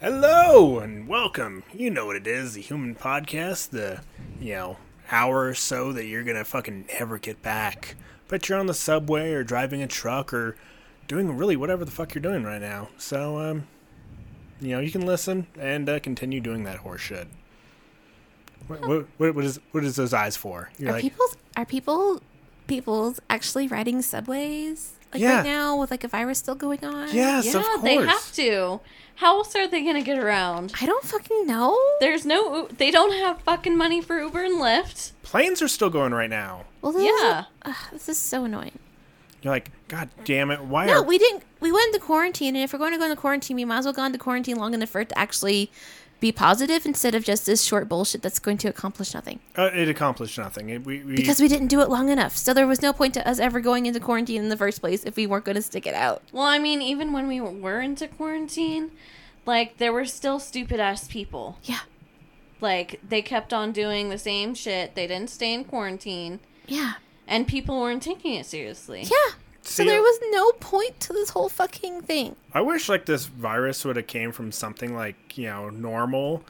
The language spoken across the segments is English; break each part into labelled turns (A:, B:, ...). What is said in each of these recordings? A: Hello and welcome. You know what it is, the human podcast, the you know, hour or so that you're gonna fucking never get back. But you're on the subway or driving a truck or doing really whatever the fuck you're doing right now. So um you know, you can listen and uh, continue doing that horseshit. What, what, what, what is what is those eyes for? You're
B: Are
A: like,
B: people's are people people's actually riding subways like
A: Yeah.
B: right now with like a virus still going on?
A: yes,
C: Yeah,
A: of course.
C: they have to. How else are they gonna get around?
B: I don't fucking know.
C: There's no. U- They don't have fucking money for Uber and Lyft.
A: Planes are still going right now.
B: Well, this is-
C: Yeah.
B: ugh, this is so annoying.
A: You're like, God damn it! Why
B: No,
A: are
B: we didn't. We went into quarantine, and if we're going to go into quarantine, we might as well go into quarantine long enough for it to actually be positive instead of just this short bullshit that's going to accomplish nothing
A: uh, it accomplished nothing? It, we, we
B: because we didn't do it long enough. So there was no point to us ever going into quarantine in the first place if we weren't going to stick it out.
C: Well, I mean, even when we were into quarantine, like there were still stupid ass people.
B: Yeah,
C: Like they kept on doing the same shit. They didn't stay in quarantine,
B: yeah,
C: and people weren't taking it seriously.
B: yeah. So
A: See, uh,
B: there was no point to this whole fucking thing.
A: I wish like this virus would have came from something like you know normal,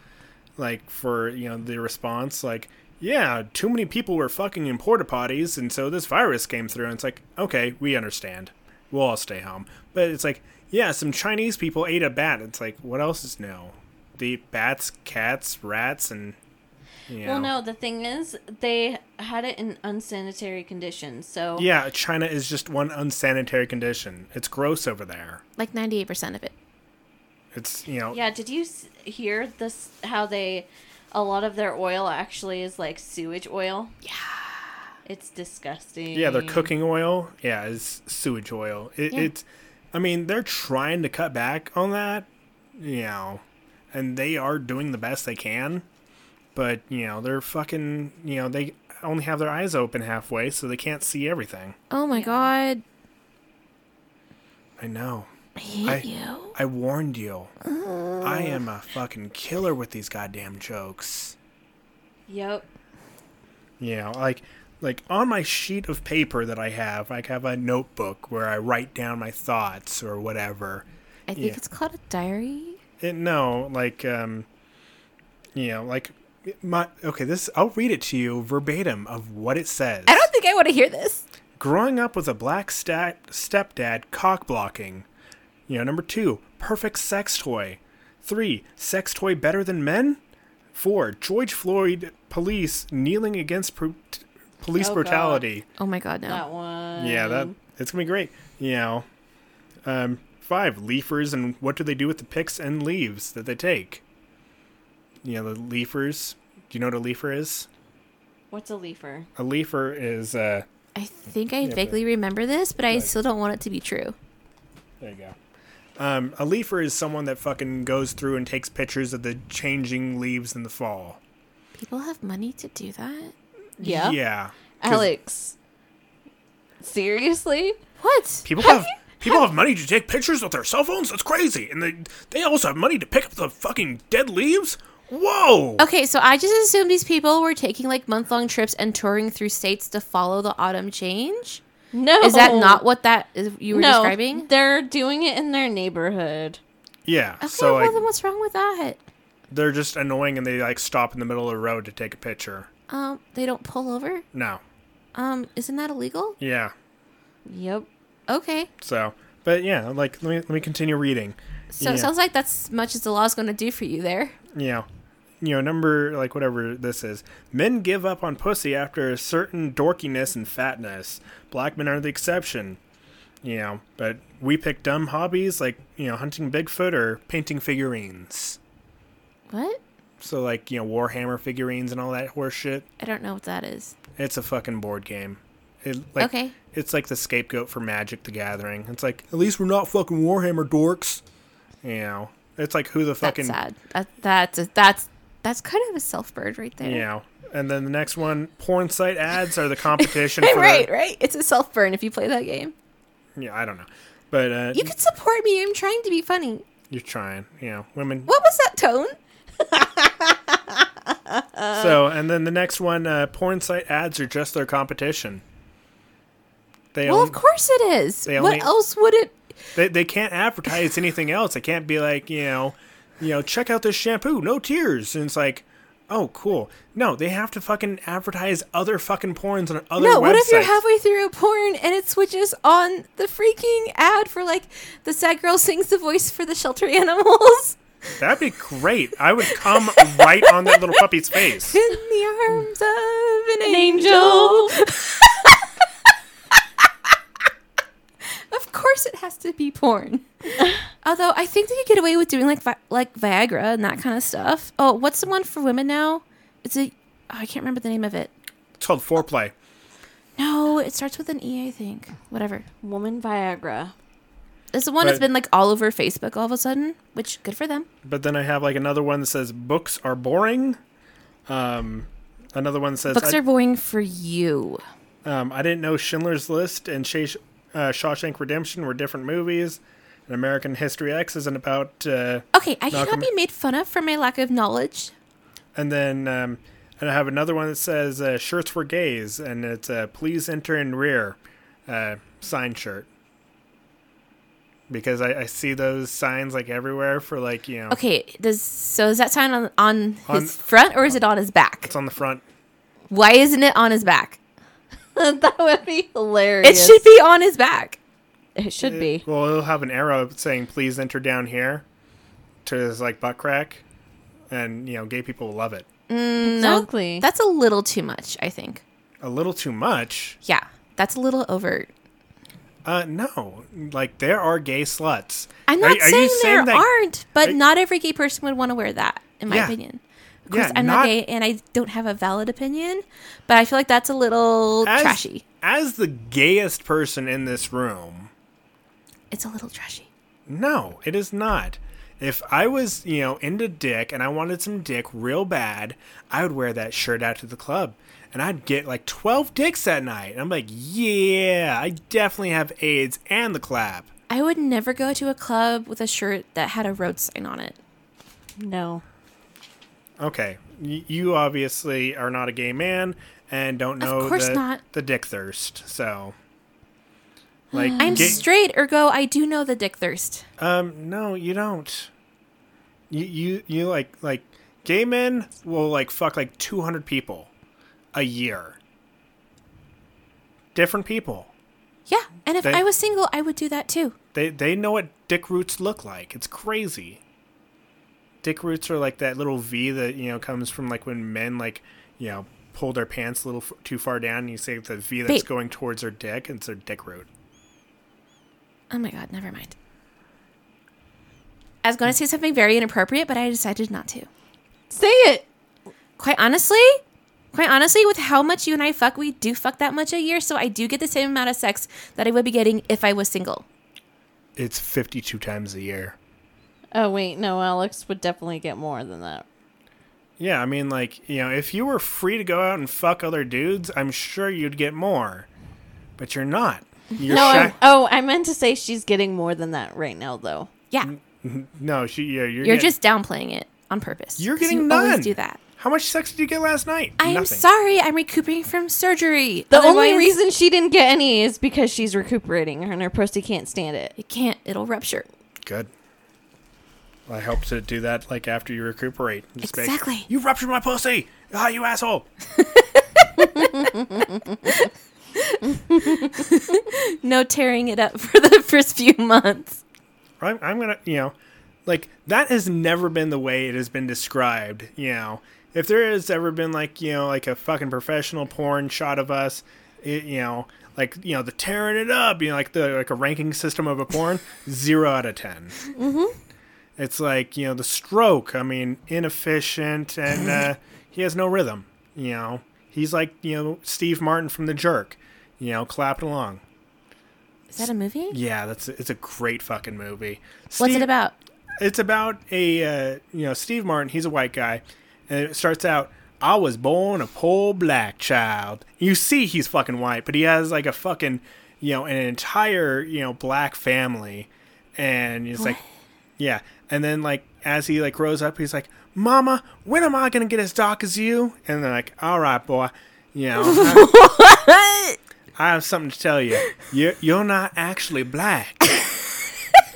A: like for you know the response like yeah too many people were fucking in porta potties and so this virus came through and it's like okay we understand we'll all stay home but it's like yeah some Chinese people ate a bat it's like what else is new the bats cats rats and you know.
C: Well, no. The thing is, they had it in unsanitary conditions. So
A: yeah China is just one unsanitary condition it's gross over there
B: like 98% of it.
A: it's you know
C: Yeah, did you s- hear this? How they, a lot of their oil actually is like sewage oil. Yeah, it's disgusting.
A: Yeah, their cooking oil. Yeah, is sewage oil. It,
B: Mm. Yeah.
A: It's, I mean, they're trying to cut back on that, you know, and they are doing the best they can, but you know they're fucking, you know, they only have their eyes open halfway, so they can't see everything.
B: Oh my god.
A: I know.
B: I hate
A: I-
B: you.
A: I warned you. I am a fucking killer with these goddamn jokes.
C: Yep.
A: Yeah, like like on my sheet of paper that I have, I have a notebook where I write down my thoughts or whatever.
B: I think
A: yeah.
B: it's called a diary.
A: It, no, like um, you know, like my okay. This I'll read it to you verbatim of what it says.
B: I don't think I want to hear this.
A: Growing up with a black stat, stepdad cock blocking. You know, number two, perfect sex toy. Three, sex toy better than men. Four, George Floyd police kneeling against pro- t- police
C: Oh, God.
A: brutality.
B: Oh my god, no.
C: That one.
A: Yeah, that
B: Um,
A: it's gonna be great. You know, um, five leafers and what do they do with the picks and leaves that they take? You know, the leafers. Do you know what a leafer is?
C: What's a leafer?
A: A leafer is. Uh,
B: I think I
A: but-
B: vaguely remember this, but I still don't want it to be true.
A: there you go. Um, a leafer is someone that fucking goes through and takes pictures of the changing leaves in the fall.
B: People have money to do that? Oh.
C: Yeah.
A: Yeah. 'Cause
C: Alex. Seriously?
B: What?
A: People have. People have money to take pictures with their cell phones. That's crazy, and they they also have money to pick up the fucking dead leaves. Whoa!
B: Okay, so I just assumed these people were taking like month long trips and touring through states to follow the autumn change.
C: No.
B: Is that not what that is you were
C: no,
B: describing?
C: They're doing it in their neighborhood.
A: Yeah.
B: Okay,
A: so
B: well
A: like,
B: then what's wrong with that?
A: they're just annoying and they like stop in the middle of the road to take a picture.
B: Um, they don't pull over?
A: No.
B: Um, isn't that illegal?
A: Yeah.
C: Yep.
B: Okay.
A: So, but yeah, like let me let me continue reading.
B: So
A: Yeah.
B: it sounds like that's as much as the law's going to do for you there.
A: You know, you know, number like whatever this is. Men give up on pussy after a certain dorkiness and fatness. Black men are the exception. You know, but we pick dumb hobbies like you know hunting Bigfoot or painting figurines.
B: What?
A: So like you know Warhammer figurines and all that horse shit.
B: I don't know what that is.
A: It's a fucking board game. It, like,
B: Okay.
A: It's like the scapegoat for Magic the Gathering. It's like, at least we're not fucking Warhammer dorks. You know, it's like who the
B: That's
A: fucking.
B: sad. That, that's a, that's that's kind of a self bird right there.
A: You know. And then the next one, porn site ads are the competition for.
B: right, right. It's a self burn if you play that game.
A: Yeah, I don't know. But uh,
B: You can support me. I'm trying to be funny.
A: you're trying. You know, women.
B: What was that tone?
A: so, and then the next one, uh, porn site ads are just their competition. They,
B: Well,
A: only,
B: of course it is.
A: they
B: What
A: only-
B: else would it?
A: they, they can't advertise anything else. They can't be like, you know, you know, check out this shampoo, no tears. And it's like, oh, cool. No, they have to fucking advertise other fucking porns on other
B: No,
A: websites.
B: what if you're halfway through a porn and it switches on the freaking ad for like the sad girl sings the voice for the shelter animals
A: That'd be great. I would come right on that little puppy's face.
B: in the arms of an,
C: An
B: angel.
C: angel.
B: Of course, it has to be porn. Although I think they could get away with doing like Vi- like Viagra and that kind of stuff. Oh, what's the one for women now? It's a oh, I can't remember the name of it.
A: It's called foreplay.
B: No, it starts with an E, I think. Whatever.
C: Woman Viagra.
B: It's the one that's
A: But-
B: been like all over Facebook all of a sudden, which good for them.
A: But then I have like another one that says books are boring. Um, another one that says
B: Books
A: I,
B: are boring for you.
A: um, I didn't know Schindler's List and Shash- uh, Shawshank Redemption were different movies. And American History X isn't about. Uh,
B: Okay, I cannot
A: Malcolm-
B: be made fun of for my lack of knowledge.
A: And then um, and I have another one that says uh, shirts for gays, and it's uh, please enter in rear uh, sign shirt. Because I, I see those signs like everywhere for like you know
B: Okay, does so is that sign on on his
A: On-
B: front or is it on his back?
A: it's on the front.
B: Why isn't it on his back?
C: that would be
B: It
C: hilarious.
B: should be on his back.
C: It should be.
A: Well, it'll have an arrow saying please enter down here to his like butt crack, and you know gay people will love it.
C: Exactly.
B: That's a little too much, I think.
A: A little too much.
B: Yeah, that's a little overt.
A: Uh, no, like there are gay sluts.
B: I'm
A: Are-
B: not
A: are you
B: saying there
A: that-
B: aren't, but
A: are-
B: not every gay person would want to wear that, in my
A: Yeah.
B: opinion. Of
A: Yeah,
B: course, I'm not,
A: not-
B: gay and I don't have a valid opinion, but I feel like that's a little
A: as-
B: trashy.
A: As the gayest person in this room,
B: It's a little trashy.
A: No, it is not. If I was, you know, into dick and I wanted some dick real bad, I would wear that shirt out to the club and I'd get like 12 dicks that night. And I'm like, yeah, I definitely have AIDS and the clap.
B: I would never go to a club with a shirt that had a road sign on it.
C: no.
A: Okay, y- you obviously are not a gay man and don't
B: Of
A: know
B: course
A: the,
B: not.
A: the dick thirst. So, like,
B: I'm
A: Mm. gay-
B: straight, ergo, I do know the dick thirst.
A: Um, no, you don't. You you you like like gay men will like fuck like two hundred people a year. Different people.
B: Yeah, and if
A: They-
B: I was single, I would do that too.
A: They they know what dick roots look like. It's crazy. Dick roots are like that little V that you know comes from like when men like you know pull their pants a little f- too far down. and You see the V that's
B: Babe.
A: going towards their dick. and It's their dick root.
B: Oh my god, never mind. I was going to say something very inappropriate, but I decided not to.
C: Say it.
B: Quite honestly, quite honestly, with how much you and I fuck, we do fuck that much a year, so I do get the same amount of sex that I would be getting if I was single.
A: It's fifty two times a year.
C: Oh wait, no. Alex would definitely get more than that.
A: Yeah, I mean, like, you know, if you were free to go out and fuck other dudes, I'm sure you'd get more. But you're not. You're
C: No.
A: shy-
C: I, oh, I meant to say she's getting more than that right now, though.
B: Yeah,
A: no, she, Mm, yeah, you're,
B: you're
A: get-
B: just downplaying it on purpose.
A: You're
B: 'cause you
A: getting
B: always
A: none.
B: do that.
A: How much sex did you get last night?
B: I am
A: Nothing.
B: sorry, I'm recuperating from surgery.
C: The only
B: Otherwise,
C: reason she didn't get any is because she's recuperating and her pussy can't stand it.
B: it can't, it'll rupture.
A: Good. I hope to do that, like, after you recuperate. Just be like,
B: Exactly.
A: you ruptured my pussy! Ah, you asshole!
B: No tearing it up for the first few months.
A: I'm, I'm gonna, you know, like that has never been the way it has been described. You know, if there has ever been like, you know, like a fucking professional porn shot of us, it, you know, like you know the tearing it up, you know, like the like a ranking system of a porn, zero out of 10 Mm-hmm. It's like you know the stroke. I mean, inefficient, and uh, he has no rhythm. You know, he's like you know Steve Martin from The Jerk. You know, clapping along.
B: Is that a movie?
A: Yeah, that's it's a great fucking movie.
B: What's
A: Steve-
B: it about?
A: it's about a uh, you know Steve Martin. He's a white guy, and it starts out. I was born a poor black child. You see, he's fucking white, but he has like a fucking you know an entire you know black family, and it's like yeah. And then like as he like grows up, he's like, "Mama, when am I gonna get as dark as you?" And they're like, "All right, boy, you know." I have something to tell you. You're, you're not actually black.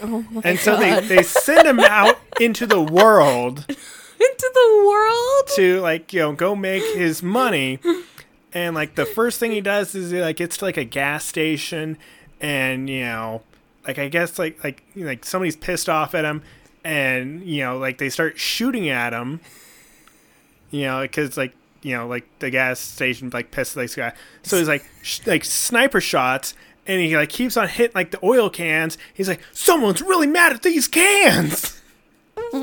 B: Oh my
A: And so they,
B: God.
A: they send him out into the world
B: into the world.
A: to like, you know, go make his money. And like the first thing he does is he like gets to like a gas station and, you know, like I guess like like you know, like somebody's pissed off at him and, you know, like they start shooting at him. You know, cuz like you know, like the gas station like pissed this guy. So he's like sh- like sniper shots and he like keeps on hitting like the oil cans. He's like someone's really mad at these cans.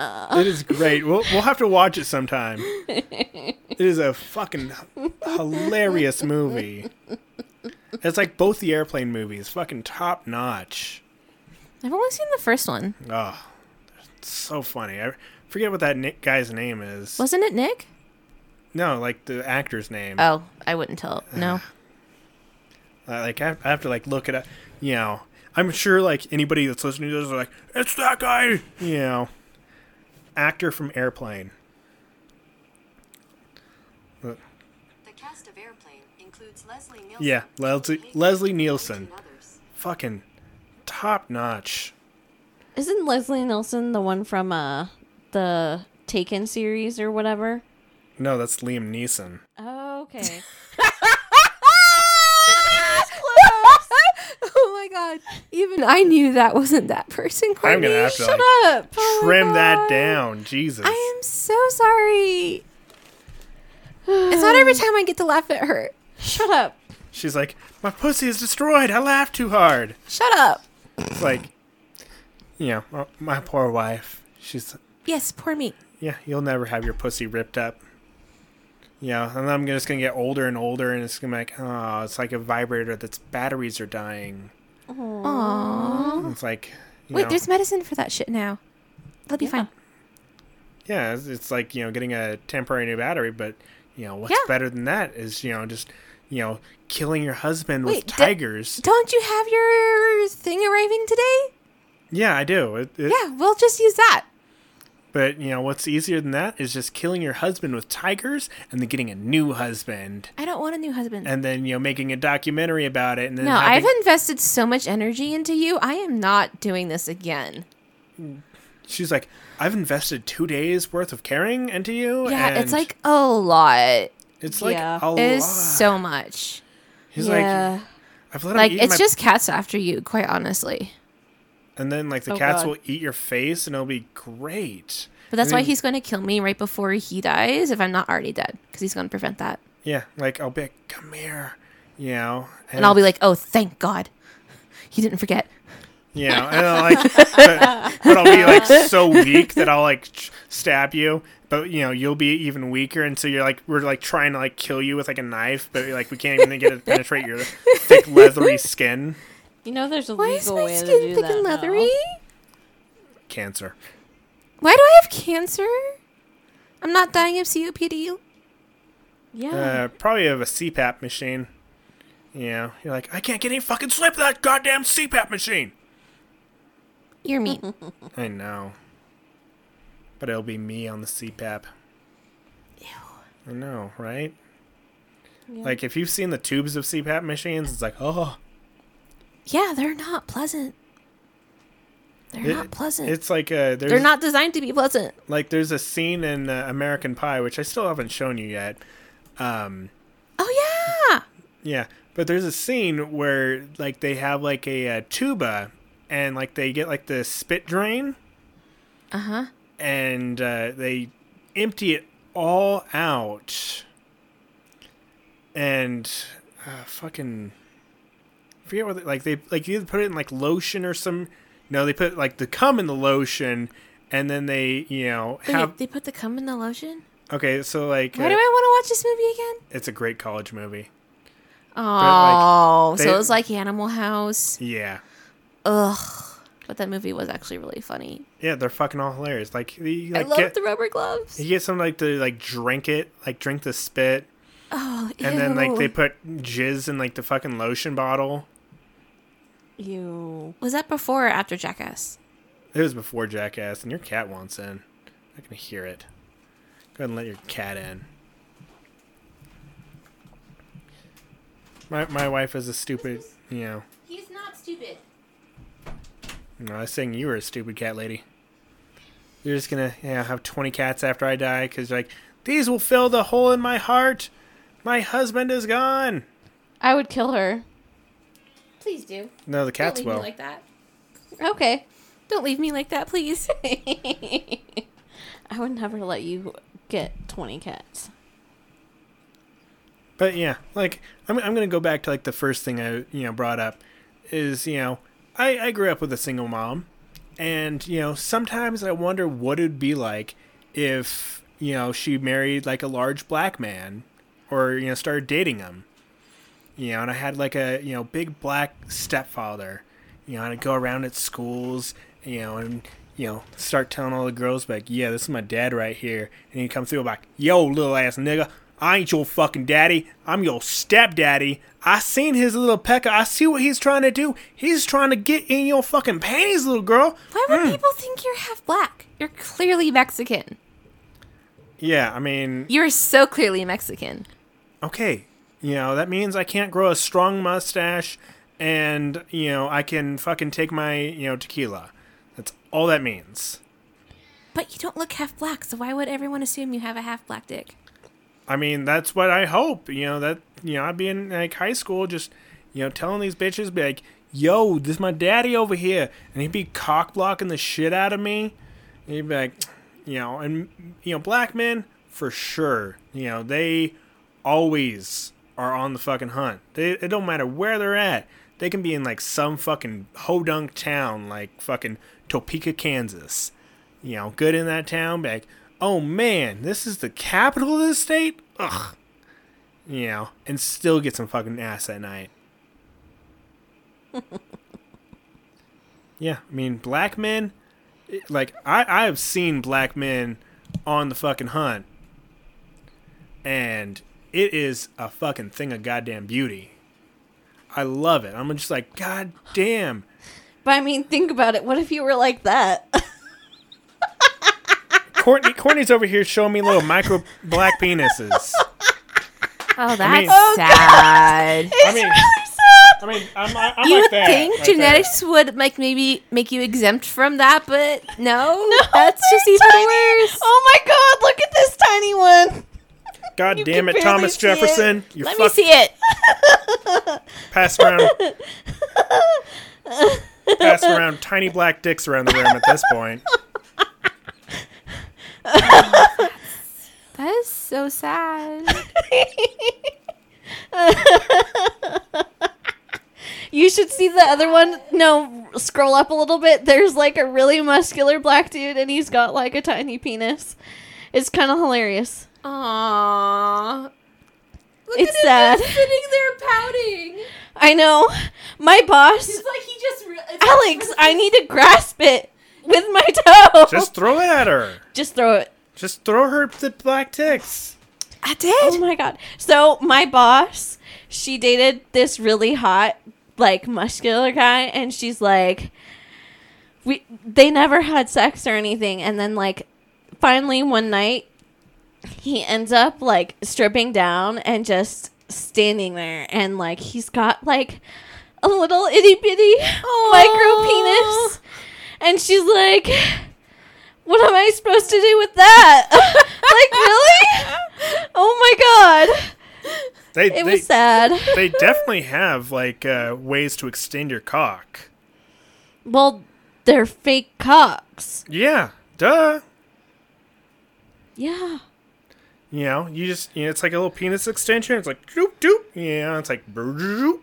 A: It is great. We'll we'll have to watch it sometime. It is a fucking h- hilarious movie. It's like both the airplane movies, fucking top notch.
B: I've only seen the first one.
A: Oh, it's so funny. I forget what that ni- guy's name is.
B: Wasn't it Nick?
A: No, like the actor's name.
B: Oh, I wouldn't tell. No.
A: I, like I, I have to like look it up. You know, I'm sure like anybody that's listening to this is like, it's that guy. You know, actor from Airplane.
D: The cast of Airplane includes Leslie Nielsen.
A: Yeah, Leslie
D: Hayden,
A: Leslie
D: and
A: Nielsen,
D: others.
A: fucking top notch.
C: Isn't Leslie Nelson the one from uh the Taken series or whatever?
A: No, that's Liam Neeson.
C: Oh, okay.
B: oh my god! Even I knew that wasn't that person.
A: I'm gonna
B: Courtney.
A: have to,
B: shut up. Oh my
A: Trim that
B: God.
A: down, Jesus.
B: I am so sorry. it's not every time I get to laugh at her.
C: Shut up.
A: She's like, my pussy is destroyed. I laughed too hard.
B: Shut up.
A: It's like, you know, oh, my poor wife. She's,
B: Yes, poor me.
A: yeah, you'll never have your pussy ripped up. Yeah, and I'm just gonna get older and older, and it's gonna be like, oh, it's like a vibrator that's batteries are dying.
B: Aww.
A: It's like, you
B: Wait,
A: know,
B: there's medicine for that shit now. They'll be fine.
A: yeah, it's, it's like you know getting a temporary new battery, but you know what's
B: Yeah.
A: better than that is you know just you know killing your husband
B: Wait,
A: with
B: d-
A: tigers.
B: Don't you have your thing arriving today?
A: yeah, I do. It, it,
B: Yeah, we'll just use that.
A: But you know what's easier than that is just killing your husband with tigers and then getting a new husband
B: I don't want a new husband.
A: and then you know making a documentary about it and then
B: no,
A: having-
B: I've invested so much energy into you. I am not doing this again.
A: she's like I've invested 2 days worth of caring into you
B: Yeah,
A: Oh, and
B: it's like a lot.
A: it's like
C: Yeah.
A: a
B: It's
A: lot.
B: so much.
A: He's
C: yeah.
A: like I've let him
B: Like
A: eat
B: it's
A: my-
B: just cats after you, quite honestly.
A: and then like the
C: Oh,
A: cats
C: God.
A: will eat your face and it'll be great.
B: But that's
A: And
B: why
A: then-
B: he's going to kill me right before he dies if I'm not already dead because he's going to prevent that.
A: Yeah, like I'll be like, come here, you know,
B: And I'll be like, "Oh, thank God. He didn't forget."
A: you know, and I'll like, but, but I'll be like so weak that I'll like ch- stab you, but you know you'll be even weaker, and so you're like we're like trying to like kill you with like a knife, but like we can't even get it to penetrate your thick leathery skin.
C: You know there's a
B: Why is
C: legal
B: my
C: way to
B: skin
C: do
B: thick
C: that.
B: and
C: now.
B: leathery?
A: Cancer.
B: Why do I have cancer? I'm not dying of COPD.
C: Yeah.
A: Uh, probably of a CPAP machine. Yeah, you're like I can't get any fucking sleep with that goddamn CPAP machine.
B: You're mean.
A: I know, but it'll be me on the CPAP. I know, right? Like if you've seen the tubes of CPAP machines, it's like, oh,
B: yeah, they're not pleasant. They're
A: It-
B: not pleasant.
A: It's like uh, there's
B: they're not designed to be pleasant.
A: like there's a scene in uh, American Pie which I still haven't shown you yet. Um,
B: Oh yeah.
A: yeah, but there's a scene where like they have like a uh, tuba, and like they get like the spit drain,
B: Uh huh.
A: and uh, they empty it all out, and uh, fucking I forget what they, like they like you either put it in like lotion or some. No, they put like the cum in the lotion, and then they you know
B: Wait,
A: have
B: they put the cum in the lotion.
A: Okay, so like
B: Why do
A: uh,
B: I want to watch this movie again?
A: it's a great college movie.
B: Oh, so
A: they-
B: it was like Animal House.
A: Yeah.
B: Ugh. But that movie was actually really funny.
A: Yeah, they're fucking all hilarious. Like he like
B: I love
A: get,
B: the rubber gloves.
A: he gets them like to like drink it, like drink the spit,
B: Oh,
A: and then like they
B: ew.
A: put jizz in like the fucking lotion bottle.
C: You.
B: was that before or after Jackass?
A: It was before Jackass, and your cat wants in. I can hear it. Go ahead and let your cat in. My my wife is a stupid. You know,
B: He's not stupid.
A: no, I was saying you were a stupid cat lady. You're just gonna you know, have twenty cats after I die because like these will fill the hole in my heart. My husband is gone.
C: I would kill her.
B: Please do.
A: No, the
B: Don't
A: cats
B: leave
A: will.
B: me like that.
C: Okay.
B: Don't leave me like that, please.
C: I would never let you get 20 cats.
A: But yeah, like I'm I'm gonna go back to like the first thing I you know brought up is you know I I grew up with a single mom, and you know sometimes I wonder what it'd be like if you know she married like a large black man, or you know started dating him, you know, and I had like a you know big black stepfather, you know, and I'd go around at schools, you know, and you know start telling all the girls like, yeah, this is my dad right here, and he'd come through like, yo, little ass nigga, I ain't your fucking daddy, I'm your stepdaddy. I seen his little pecker. I see what he's trying to do. He's trying to get in your fucking panties, little girl.
B: Why would
A: hmm.
B: people think you're half black? You're clearly Mexican.
A: Yeah, I mean,
B: You're so clearly Mexican.
A: okay, you know, that means I can't grow a strong mustache and, you know, I can fucking take my, you know, tequila. That's all that means.
B: But you don't look half black, so why would everyone assume you have a half black dick?
A: I mean, that's what I hope, you know, that, you know, I'd be in like high school just, you know, telling these bitches, be like, yo, this is my daddy over here. And he'd be cock blocking the shit out of me. And he'd be like, you know, and, you know, black men, for sure, you know, they always are on the fucking hunt. They, it don't matter where they're at. They can be in like some fucking hodunk town, like fucking Topeka, Kansas. You know, good in that town. Be like, oh man, this is the capital of this state. Ugh. You know, and still get some fucking ass that night. yeah, I mean, black men. it- Like I, I have seen black men on the fucking hunt and it is a fucking thing of goddamn beauty. I love it. I'm just like, God damn.
C: But I mean, think about it. What if you were like that?
A: Courtney Courtney's over here showing me little micro black penises.
B: Oh, that's
A: mean-
B: sad.
A: I mean, I mean, I'm, I'm
B: you
A: like
B: would
A: that.
B: think
A: right there.
B: genetics would like maybe make you exempt from that, but no, that's just even worse.
C: Oh my god, look at this tiny one.
A: God
C: you
A: damn
C: can
A: it, Thomas
C: barely see it.
A: Jefferson. You're
B: Let me
A: fucking
B: see it.
A: pass around. pass around tiny black dicks around the room at this point.
B: That is so sad.
C: You should see the other one. No, scroll up a little bit. There's like a really muscular black dude, and he's got like a tiny penis. It's kind of hilarious.
B: Aww. Look
C: It's
B: at him
C: sad.
B: just sitting there pouting.
C: I know. My boss,
B: It's like he just. Re- it's like-
C: Alex, I need to grasp it with my toe.
A: Just throw it at her.
C: Just throw it.
A: Just throw her the black dicks.
B: I did.
C: Oh my god. So my boss, she dated this really hot, like muscular guy, and she's like, we they never had sex or anything, and then like, finally one night, he ends up like stripping down and just standing there, and like he's got like a little itty bitty micro penis, and she's like. What am I supposed to do with that? like really? Oh my god.
A: They,
C: It
A: they,
C: was sad.
A: they definitely have like uh, ways to extend your cock.
C: Well, they're fake cocks.
A: Yeah, duh.
C: Yeah.
A: You know, you just you know, it's like a little penis extension. It's like doop doop. Yeah, it's like brr, doop.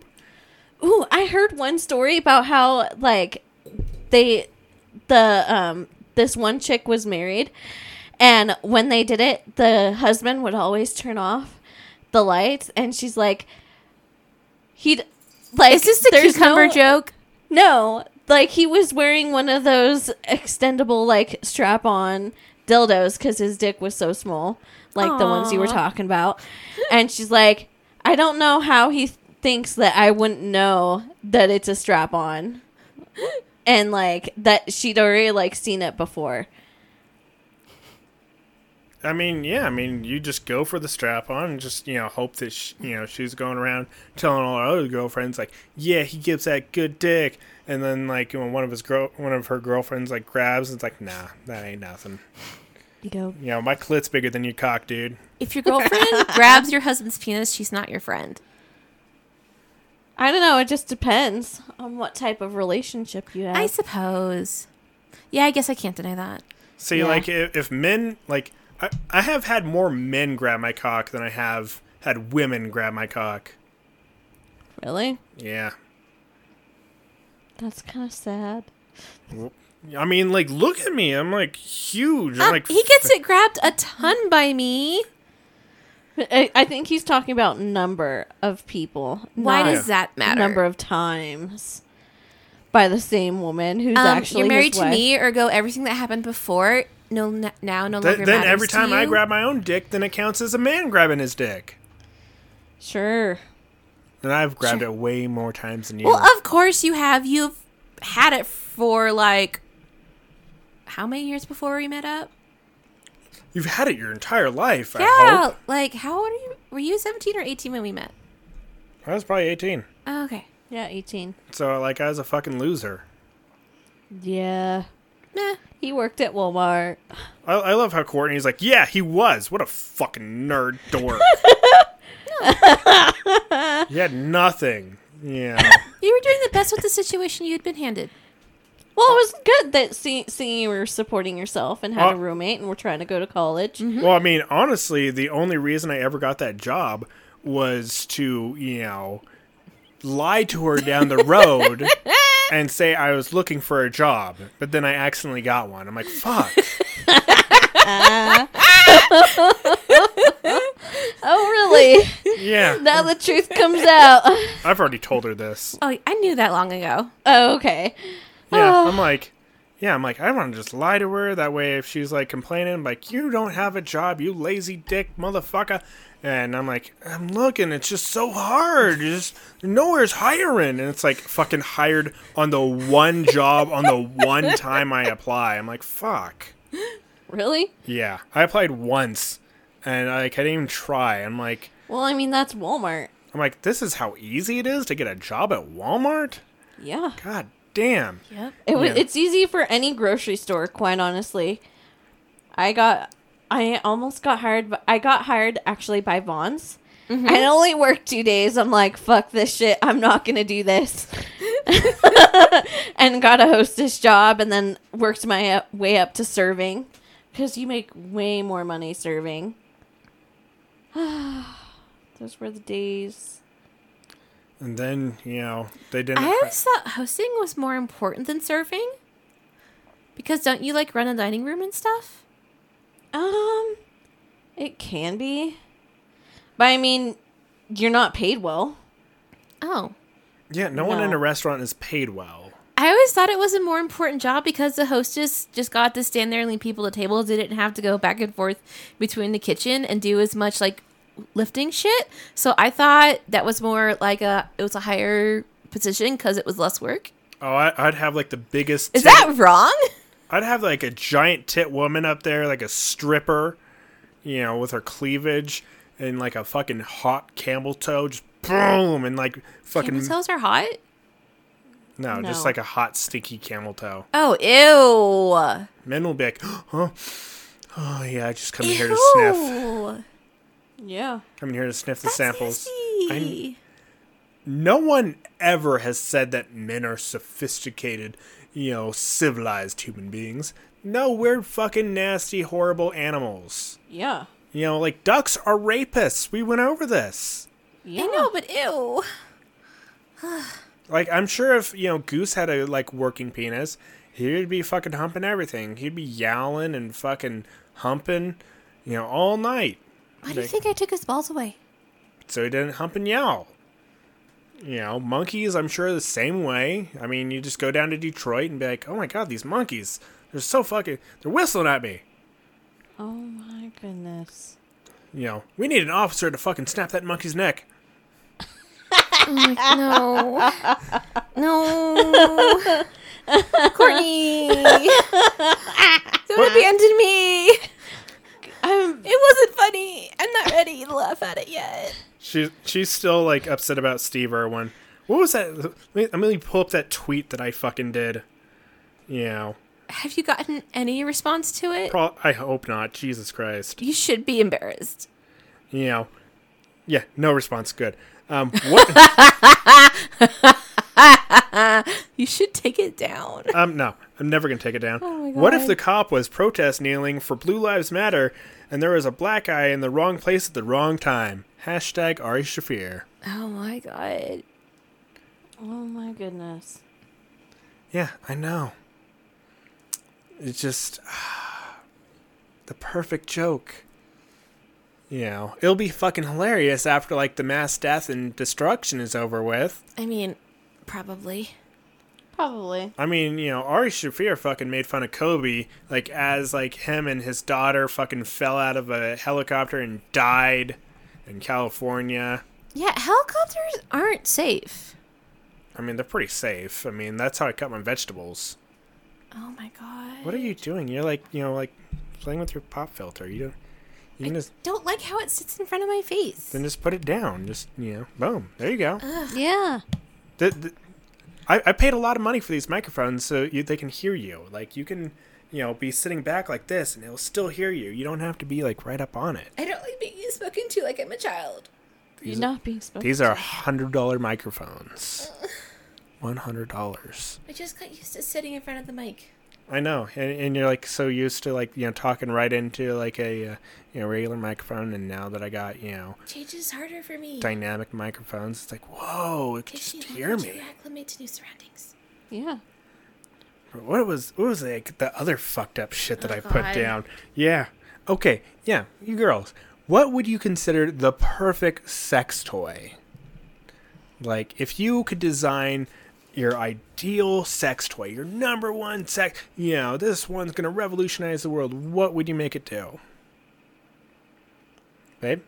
C: Ooh, I heard one story about how like they the um this one chick was married and when they did it, the husband would always turn off the lights and she's like he'd like
B: Is this a
C: there's
B: cucumber
C: no-
B: joke?
C: No, like he was wearing one of those extendable like strap-on dildos cuz his dick was so small, like the ones you were
B: Aw.
C: talking about. And she's like, "I don't know how he th- thinks that I wouldn't know that it's a strap-on." And like that she'd already like seen it before.
A: I mean, yeah, I mean, you just go for the strap on and just, you know, hope that, sh you know, she's going around telling all her other girlfriends, like, yeah, he gives that good dick. And then, like, you know, one of his girl, one of her girlfriends, like, grabs and's like, nah, that ain't nothing.
C: You go.
A: You know, my clit's bigger than your cock, dude.
B: If your girlfriend grabs your husband's penis, she's not your friend.
C: I don't know. It just depends on what type of relationship you have.
B: I suppose. Yeah, I guess I can't deny that.
A: See,
C: Yeah.
A: like, if, if men, like, I, I have had more men grab my cock than I have had women grab my cock.
C: really?
A: Yeah.
C: That's kind of sad.
A: I mean, like, look at me. I'm, like, huge. I'm,
B: Um,
A: like,
B: he gets it grabbed a ton by me.
C: I, I think he's talking about number of people.
B: Why
C: not
B: does that matter?
C: number of times by the same woman who's
B: um,
C: actually
B: you're married
C: his
B: to
C: wife.
B: me, or go everything that happened before. No, n- now no
A: Th-
B: longer
A: then
B: matters
A: every
B: to
A: time I
B: you.
A: grab my own dick, then it counts as a man grabbing his dick.
C: Sure.
A: And I've grabbed it way more times than you.
B: Well, uh, of course you have. You've had it for like how many years before we met up?
A: You've had it your entire life. I
B: Yeah,
A: hope.
B: like how old are you? Were you seventeen or eighteen when we met?
A: I was probably 18,
B: Oh, okay,
C: Yeah, 18.
A: so like I was a fucking loser.
C: Yeah.
B: meh.
C: He worked at Walmart.
A: I, I love how Courtney's like, yeah, he was. What a fucking nerd dork. he had nothing. Yeah.
B: You were doing the best with the situation you had been handed.
C: Well, it was good that see, seeing you were supporting yourself and had
A: Uh,
C: a roommate and were trying to go to college.
B: Mm-hmm.
A: Well, I mean, honestly, the only reason I ever got that job was to, you know, lie to her down the road and say I was looking for a job, but then I accidentally got one. I'm like, fuck.
C: Oh, really?
A: Yeah.
C: now the truth comes out.
A: I've already told her this.
B: Oh, I knew that long ago.
C: oh, okay.
A: Yeah.
C: Oh.
A: I'm like, yeah, I'm like, I want to just lie to her. That way, if she's like complaining, I'm like, you don't have a job, you lazy dick motherfucker. And I'm like, I'm looking. It's just so hard. It's just nowhere's hiring, and it's like fucking hired on the one job on the one time I apply. I'm like, fuck.
C: Really?
A: Yeah, I applied once, and like I didn't even try. I'm like,
C: Well, I mean, that's Walmart.
A: I'm like, this is how easy it is to get a job at Walmart.
C: Yeah.
A: God damn.
B: Yep.
C: It was,
A: Yeah.
C: It's easy for any grocery store, quite honestly. I got, I almost got hired. b- I got hired actually by Vaughn's. I only worked two days. I'm like, fuck this shit. I'm not gonna do this. and got a hostess job, and then worked my up, way up to serving, because you make way more money serving. Those were the days.
A: And then you know they didn't.
B: I always thought hosting was more important than serving. Because don't you like run a dining room and stuff?
C: Um, it can be, but I mean, you're not paid well.
B: Oh.
A: Yeah, no, one in
C: No.
A: a restaurant is paid well.
B: I always thought it was a more important job because the hostess just got to stand there and lead people to tables. They didn't have to go back and forth between the kitchen and do as much like lifting shit. So I thought that was more like a it was a higher position because it was less work.
A: Oh, I, I'd have like the biggest.
B: Is
A: tit-
B: that wrong?
A: I'd have like a giant tit woman up there, like a stripper, you know, with her cleavage and like a fucking hot camel toe, just boom, and like fucking
B: Camel toes are hot.
A: no,
C: No.
A: just like a hot stinky camel toe.
B: Oh ew.
A: Men will be like, huh. Oh yeah, I just come in here to sniff.
B: Ew.
C: Yeah.
A: Come in here to sniff the
B: That's
A: samples.
B: nasty.
A: No one ever has said that men are sophisticated, you know, civilized human beings. No, we're fucking nasty, horrible animals.
C: Yeah.
A: You know, like ducks are rapists. We went over this.
C: Yeah.
B: I know, but ew.
A: Like, I'm sure if, you know, Goose had a, like, working penis, he'd be fucking humping everything. He'd be yowling and fucking humping, you know, all night.
B: Why do you think I took his balls away?
A: so he didn't hump and yowl. You know, monkeys, I'm sure the same way. I mean, you just go down to Detroit and be like, oh my god, these monkeys, they're so fucking, they're whistling at me.
C: Oh my goodness.
A: You know, we need an officer to fucking snap that monkey's neck.
B: No. No. Courtney. Don't abandon me.
C: I'm
B: It wasn't funny. I'm not ready to laugh at it yet.
A: She she's still like upset about Steve Irwin. What was that? Let me, let me pull up that tweet that I fucking did. You know,
B: Have you gotten any response to it?
A: pro- I hope not. Jesus Christ.
B: You should be embarrassed.
A: You know, yeah, no response. Good. Um, what?
B: You should take it down.
A: um, no, I'm never gonna take it down.
B: Oh my
A: what if
B: God.
A: the cop was protest kneeling for Blue Lives Matter, and there was a black guy in the wrong place at the wrong time? Hashtag Ari Shafir.
B: Oh my god.
C: Oh my goodness.
A: Yeah, I know. It's just the perfect joke. You know, it'll be fucking hilarious after like the mass death and destruction is over with.
B: I mean, probably.
C: Probably.
A: I mean, you know, Ari Shafir fucking made fun of Kobe, like as like him and his daughter fucking fell out of a helicopter and died in California.
B: Yeah, helicopters aren't safe.
A: I mean, they're pretty safe. I mean, that's how I cut my vegetables.
B: Oh my god.
A: What are you doing? You're like, you know, like playing with your pop filter. You don't. You can just
B: Don't like how it sits in front of my face.
A: then just put it down. Just you know, boom, there you go.
C: Yeah.
A: Th- th- I, I paid a lot of money for these microphones so you, they can hear you. Like you can, you know, be sitting back like this and it'll still hear you. You don't have to be like right up on it.
B: I don't like being spoken to like I'm a child.
C: You're not being spoken.
A: These are hundred dollar microphones. One hundred dollars.
B: I just got used to sitting in front of the mic.
A: I know, and, and you're like so used to like you know talking right into like a uh, you know regular microphone, and now that I got you know
B: Change is harder for me.
A: dynamic microphones, it's like whoa, it can
B: Takes
A: just
B: me
A: hear
B: longer
A: me.
B: to acclimate to new surroundings.
C: yeah.
A: What was what was like the other fucked up shit that I
B: God.
A: put down? Yeah. Okay. Yeah. You girls, what would you consider the perfect sex toy? Like, if you could design your ideal sex toy, your number one sex, you know, this one's gonna revolutionize the world. What would you make it do? Babe,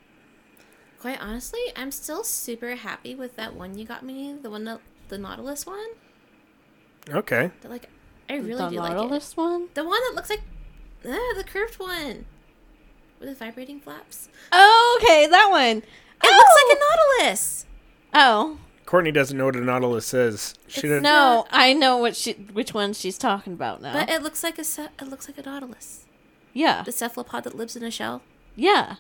B: Quite honestly, I'm still super happy with that one you got me, the one that the Nautilus one.
A: okay.
B: That like I really
C: the
B: do like
C: Nautilus one.
B: it. The one that looks like ah, the curved one. With the vibrating flaps.
C: Oh, okay, that one.
B: It looks like a Nautilus.
C: Oh
A: Courtney doesn't know what a nautilus is. She didn't.
C: no, I know what she, which one she's talking about now.
B: But it looks like a ce- it looks like a Nautilus.
C: yeah,
B: The cephalopod that lives in a shell.
C: yeah.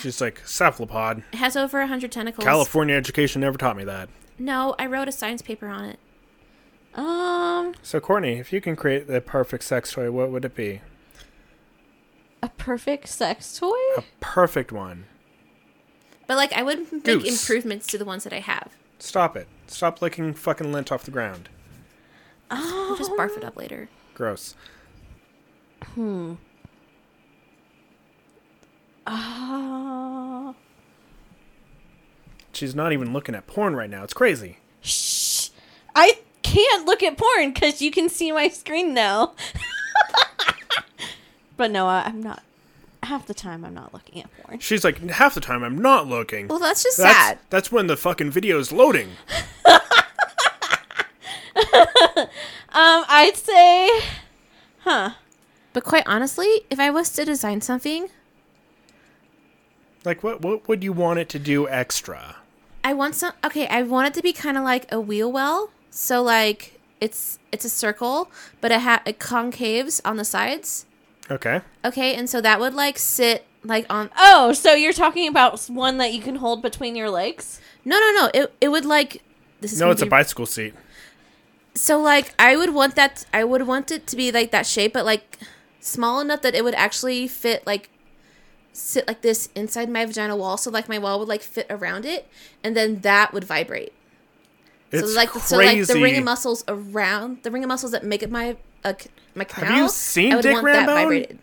A: She's like cephalopod.
B: It has over 100 tentacles.
A: California education never taught me that.
B: No, I wrote a science paper on it.
C: Um,
A: So, Courtney, if you can create the perfect sex toy, what would it be?
C: a perfect sex toy.
A: A perfect one.
B: But like I would make
A: Goose.
B: improvements to the ones that I have.
A: Stop it. Stop licking fucking lint off the ground.
B: I'll just barf it up later.
A: Gross.
C: Ah.
A: She's not even looking at porn right now. It's crazy.
C: shh. I can't look at porn because you can see my screen now. but no, I, I'm not. Half the time, I'm not looking at porn.
A: She's like, half the time I'm not looking.
B: Well, that's just
A: that's,
B: sad.
A: That's when the fucking video is loading.
C: Um, I'd say, huh?
B: But quite honestly, if I was to design something,
A: Like, what, what would you want it to do extra?
B: I want some. Okay, I want it to be kind of like a wheel well. So like it's it's a circle, but it ha it concaves on the sides.
A: Okay.
B: Okay, and so that would like sit like on.
C: Oh, so you're talking about s- one that you can hold between your legs?
B: No, no, no. It it would like. This is
A: No,
B: gonna
A: it's a
B: be-
A: bicycle seat.
B: So like I would want that I would want it to be like that shape, but like small enough that it would actually fit like sit like this inside my vagina wall. So like my wall would like fit around it, and then that would vibrate.
A: It's
B: so like
A: crazy.
B: so like the ring of muscles around the ring of muscles that make it my uh, c- my canal.
A: seen
B: I would
A: Dick
B: want
A: Rambone?
B: that vibrated.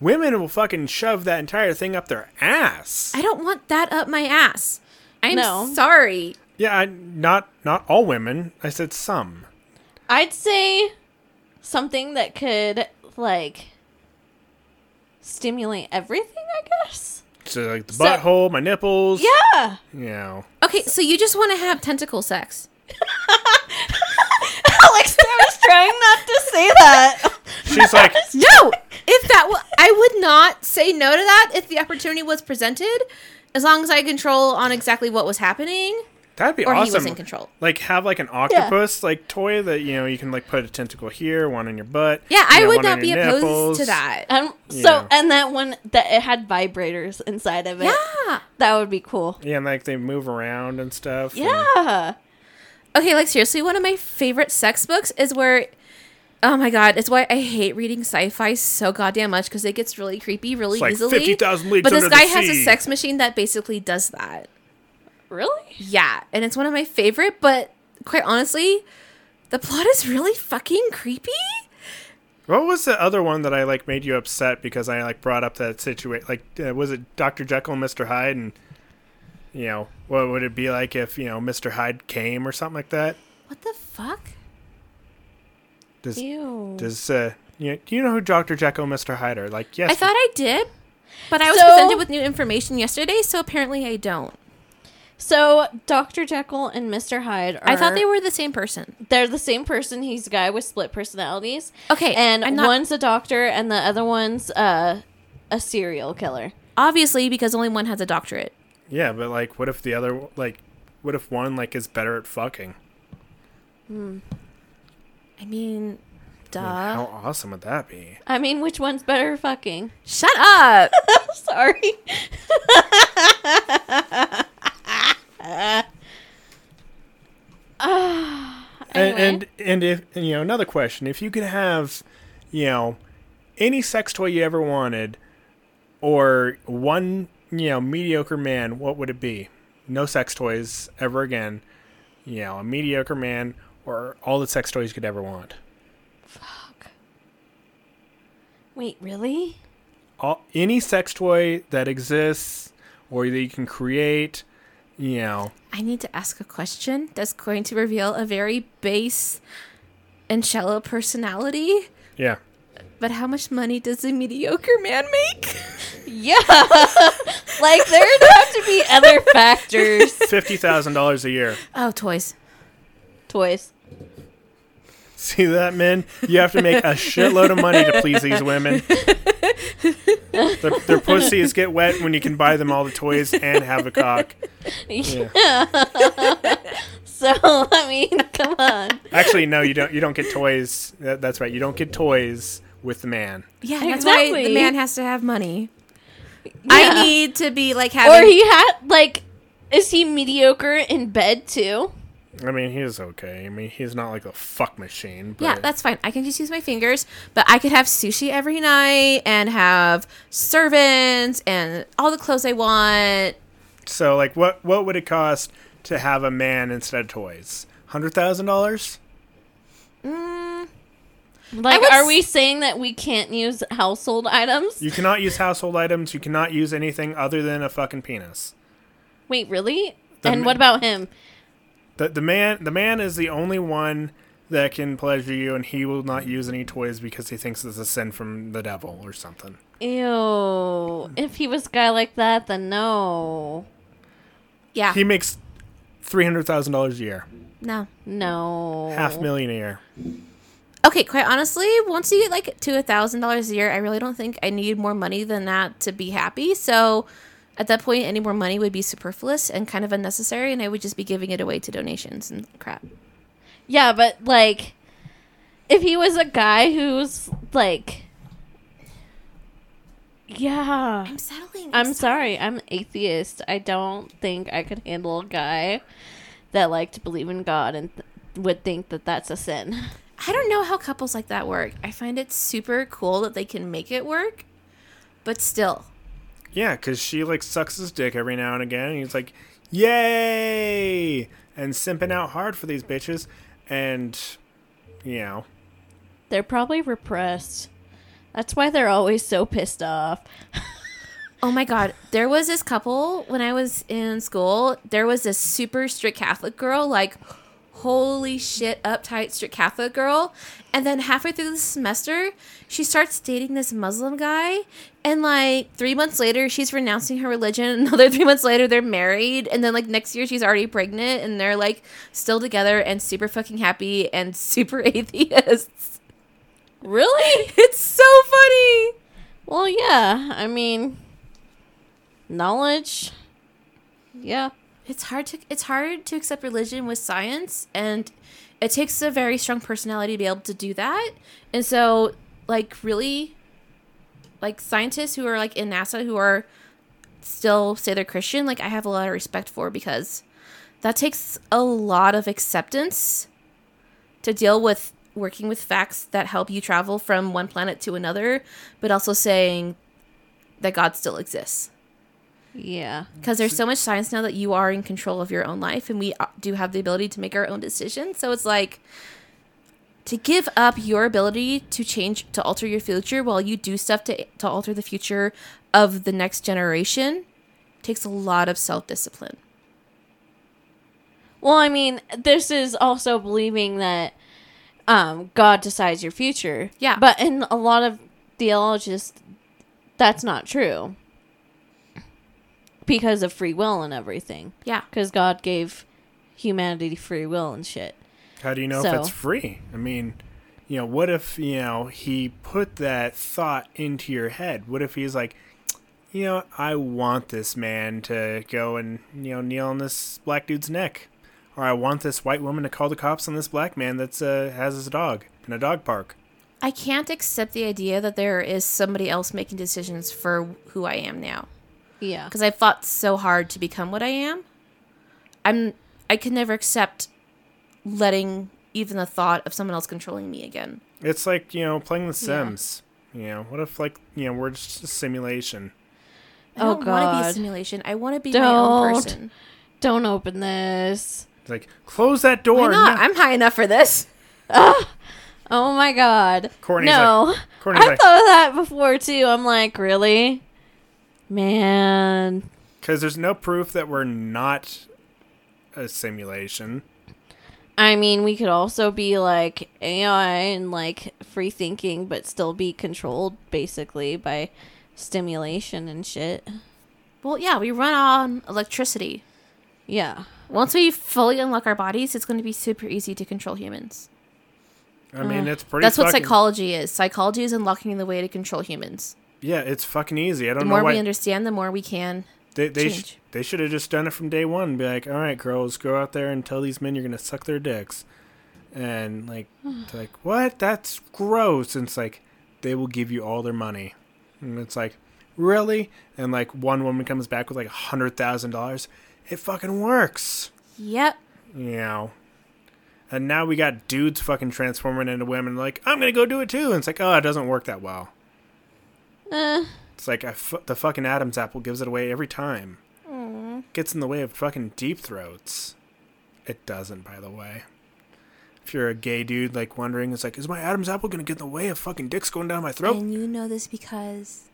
A: Women will fucking shove that entire thing up their ass.
B: I don't want that up my ass. I'm
C: No.
B: sorry.
A: Yeah, I, not not all women. I said some.
C: I'd say something that could like stimulate everything, I guess.
A: So like the
C: So-
A: butthole, my nipples.
C: Yeah.
A: You know.
B: Okay, so you just want to have tentacle sex.
C: Alex, I was trying not to say that.
A: She's like
B: No, if that w- I would not say no to that if the opportunity was presented, as long as I control on exactly what was happening
A: That'd be
B: or
A: awesome.
B: he was in control.
A: Like have like an octopus like toy that you know you can like put a tentacle here, one in your butt.
B: Yeah, I
A: you know,
B: would
A: one on
B: not be
A: your
B: opposed
A: nipples.
B: to that.
C: Um,
A: Yeah.
C: So and that one that it had vibrators inside of it.
B: yeah.
C: That would be cool.
A: Yeah, and like they move around and stuff. and-
C: Yeah.
B: Okay, like seriously, one of my favorite sex books is where Oh my god, it's why I hate reading sci-fi so goddamn much because it gets really creepy really
A: It's like
B: easily.
A: 50,000 leagues
B: but this
A: under
B: guy
A: the
B: has a
A: sea.
B: sex machine that basically does that.
C: Really?
B: Yeah, and it's one of my favorite, but quite honestly, the plot is really fucking creepy.
A: What was the other one that I like made you upset because I like brought up that situation? Like, uh, was it Doctor Jekyll and Mister Hyde? And you know, what would it be like if you know Mister Hyde came or something like that?
B: What the fuck?
A: Does
C: Ew.
A: does uh, you know, do you know who Doctor Jekyll and Mister Hyde are? Like, yes,
B: I thought I did, but I was
C: So-
B: presented with new information yesterday, so apparently I don't.
C: So Dr. Jekyll and Mr. Hyde are
B: I thought they were the same person.
C: they're the same person. He's a guy with split personalities.
B: Okay,
C: And
B: I'm not-
C: one's a doctor and the other one's uh, a serial killer.
B: Obviously, because only one has a doctorate.
A: yeah, but like, what if the other like, what if one like is better at fucking?
B: I mean, duh.
A: How awesome would that be?
C: I mean, which one's better fucking?
B: Shut up.
C: Sorry. Anyway.
A: And, and and if and, you know another question, if you could have, you know, any sex toy you ever wanted, or one you know mediocre man, what would it be? No sex toys ever again. You know, a mediocre man, or all the sex toys you could ever want.
C: Wait, really?
A: All any sex toy that exists or that you can create. You know,
B: I need to ask a question that's going to reveal a very base and shallow personality.
A: yeah.
B: But how much money does a mediocre man make?
C: Yeah. like there'd have to be other factors.
A: Fifty thousand dollars a year.
B: Oh, toys.
C: Toys.
A: See that, men? You have to make a shitload of money to please these women. Their, their pussies get wet when you can buy them all the toys and have a cock.
C: Yeah. so I mean, come on.
A: Actually, no, you don't. You don't get toys. That, that's right. You don't get toys with the man.
B: Yeah, that's
C: that's why
B: why the
C: the Exactly.
B: man
C: man
B: has to have money.
C: Yeah.
B: I need to be like
C: Or
B: having.
C: he had like, is he mediocre in bed too?
A: I mean, he's okay. I mean, he's not like a fuck machine. But
B: yeah, that's fine. I can just use my fingers, but I could have sushi every night and have servants and all the clothes I want.
A: so. Like, what what would it cost to have a man instead of toys? Hundred thousand dollars?
C: Like,
B: would
C: are
B: s-
C: we saying that we can't use household items?
A: You cannot use household items. You cannot use anything other than a fucking penis.
C: Wait, really?
A: The
C: and
A: ma-
C: what about him?
A: The the man the man is the only one that can pleasure you, and he will not use any toys because he thinks it's a sin from the devil or something.
C: Ew. If he was a guy like that, then no.
B: Yeah.
A: He makes three hundred thousand dollars a year,
B: no.
C: No.
A: half million a year.
B: Okay, quite honestly, once you get like to a thousand dollars a year, I really don't think I need more money than that to be happy. So at that point any more money would be superfluous and kind of unnecessary and I would just be giving it away to donations and crap.
C: Yeah, but like, if he was a guy who's like, yeah.
B: I'm settling.
C: I'm sorry, I'm atheist. I don't think I could handle a guy that liked to believe in God and th- would think that that's a sin.
B: I don't know how couples like that work. I find it super cool that they can make it work, but still.
A: Yeah, because she like sucks his dick every now and again, and he's like, "Yay!" and simping out hard for these bitches, and you know,
C: They're probably repressed. That's why they're always so pissed off.
B: Oh my god, there was this couple when I was in school. There was this super strict Catholic girl, like holy shit, uptight strict Catholic girl. And then halfway through the semester, she starts dating this Muslim guy, and like 3 months later, she's renouncing her religion. Another 3 months later, they're married, and then like next year she's already pregnant and they're like still together and super fucking happy and super atheists.
C: Really?
B: It's so funny.
C: Well, yeah. I mean, knowledge. Yeah.
B: It's hard to it's hard to accept religion with science and it takes a very strong personality to be able to do that. And so like really like scientists who are like in NASA who are still say they're Christian, like I have a lot of respect for because that takes a lot of acceptance to deal with working with facts that help you travel from one planet to another, but also saying that God still exists
C: Yeah.
B: because there's so much science now that you are in control of your own life and we uh, do have the ability to make our own decisions so it's like to give up your ability to change to alter your future while you do stuff to, to alter the future of the next generation takes a lot of self-discipline
C: Well, I mean, this is also believing that um, God decides your future.
B: Yeah.
C: But in a lot of theologists, that's not true because of free will and everything.
B: yeah
C: Because God gave humanity free will and shit.
A: How do you know if
C: So-
A: it's free? I mean, you know, what if, you know, he put that thought into your head? What if he's like, you know, I want this man to go and, you know, kneel on this black dude's neck. Or I want this white woman to call the cops on this black man that's uh, has his dog in a dog park.
B: i can't accept the idea that there is somebody else making decisions for who i am now
C: Yeah.
B: because I fought so hard to become what I am. I'm I could never accept letting even the thought of someone else controlling me again.
A: It's like, you know, playing The Sims. You know, what if, like, you know, we're just a simulation?
B: I
C: Oh,
B: don't want to be a
C: God.
B: simulation. I want to be my own
C: Don't.
B: person.
C: Don't open this.
A: It's like, close that
B: Why
A: door.
B: not?
A: now."
B: I'm high enough for this.
C: Oh my god.
A: Courtney's
C: no.
A: like- Courtney's
C: I
A: like-
C: thought of that before too. I'm like, really? Man.
A: Because there's no proof that we're not a simulation.
C: I mean, we could also be like AI and like free thinking, but still be controlled basically by stimulation and shit.
B: Well, yeah, we run on electricity.
C: Yeah.
B: Once we fully unlock our bodies, it's going to be super easy to control humans.
A: I mean, it's pretty.
B: Uh, That's what
A: fucking,
B: psychology is. Psychology is unlocking the way to control humans.
A: Yeah, it's fucking easy. I
B: The
A: don't know
B: more
A: why
B: we understand, the more we can.
A: they they, sh-
B: change.
A: they should have just done it from day one. Be like, all right, girls, go out there and tell these men you're gonna suck their dicks, and like, it's like what? That's gross. And it's like they will give you all their money, and it's like really. And like one woman comes back with like a hundred thousand dollars. It fucking works.
B: Yep.
A: you know. And now we got dudes fucking transforming into women. Like I'm gonna go do it too. And it's like, oh, it doesn't work that well.
C: Uh,
A: It's like I fu- the fucking Adam's apple gives it away every time. Gets in the way of fucking deep throats. It doesn't, by the way. If you're a gay dude, like wondering, it's like, is my Adam's apple gonna get in the way of fucking dicks going down my throat?
B: And you know this because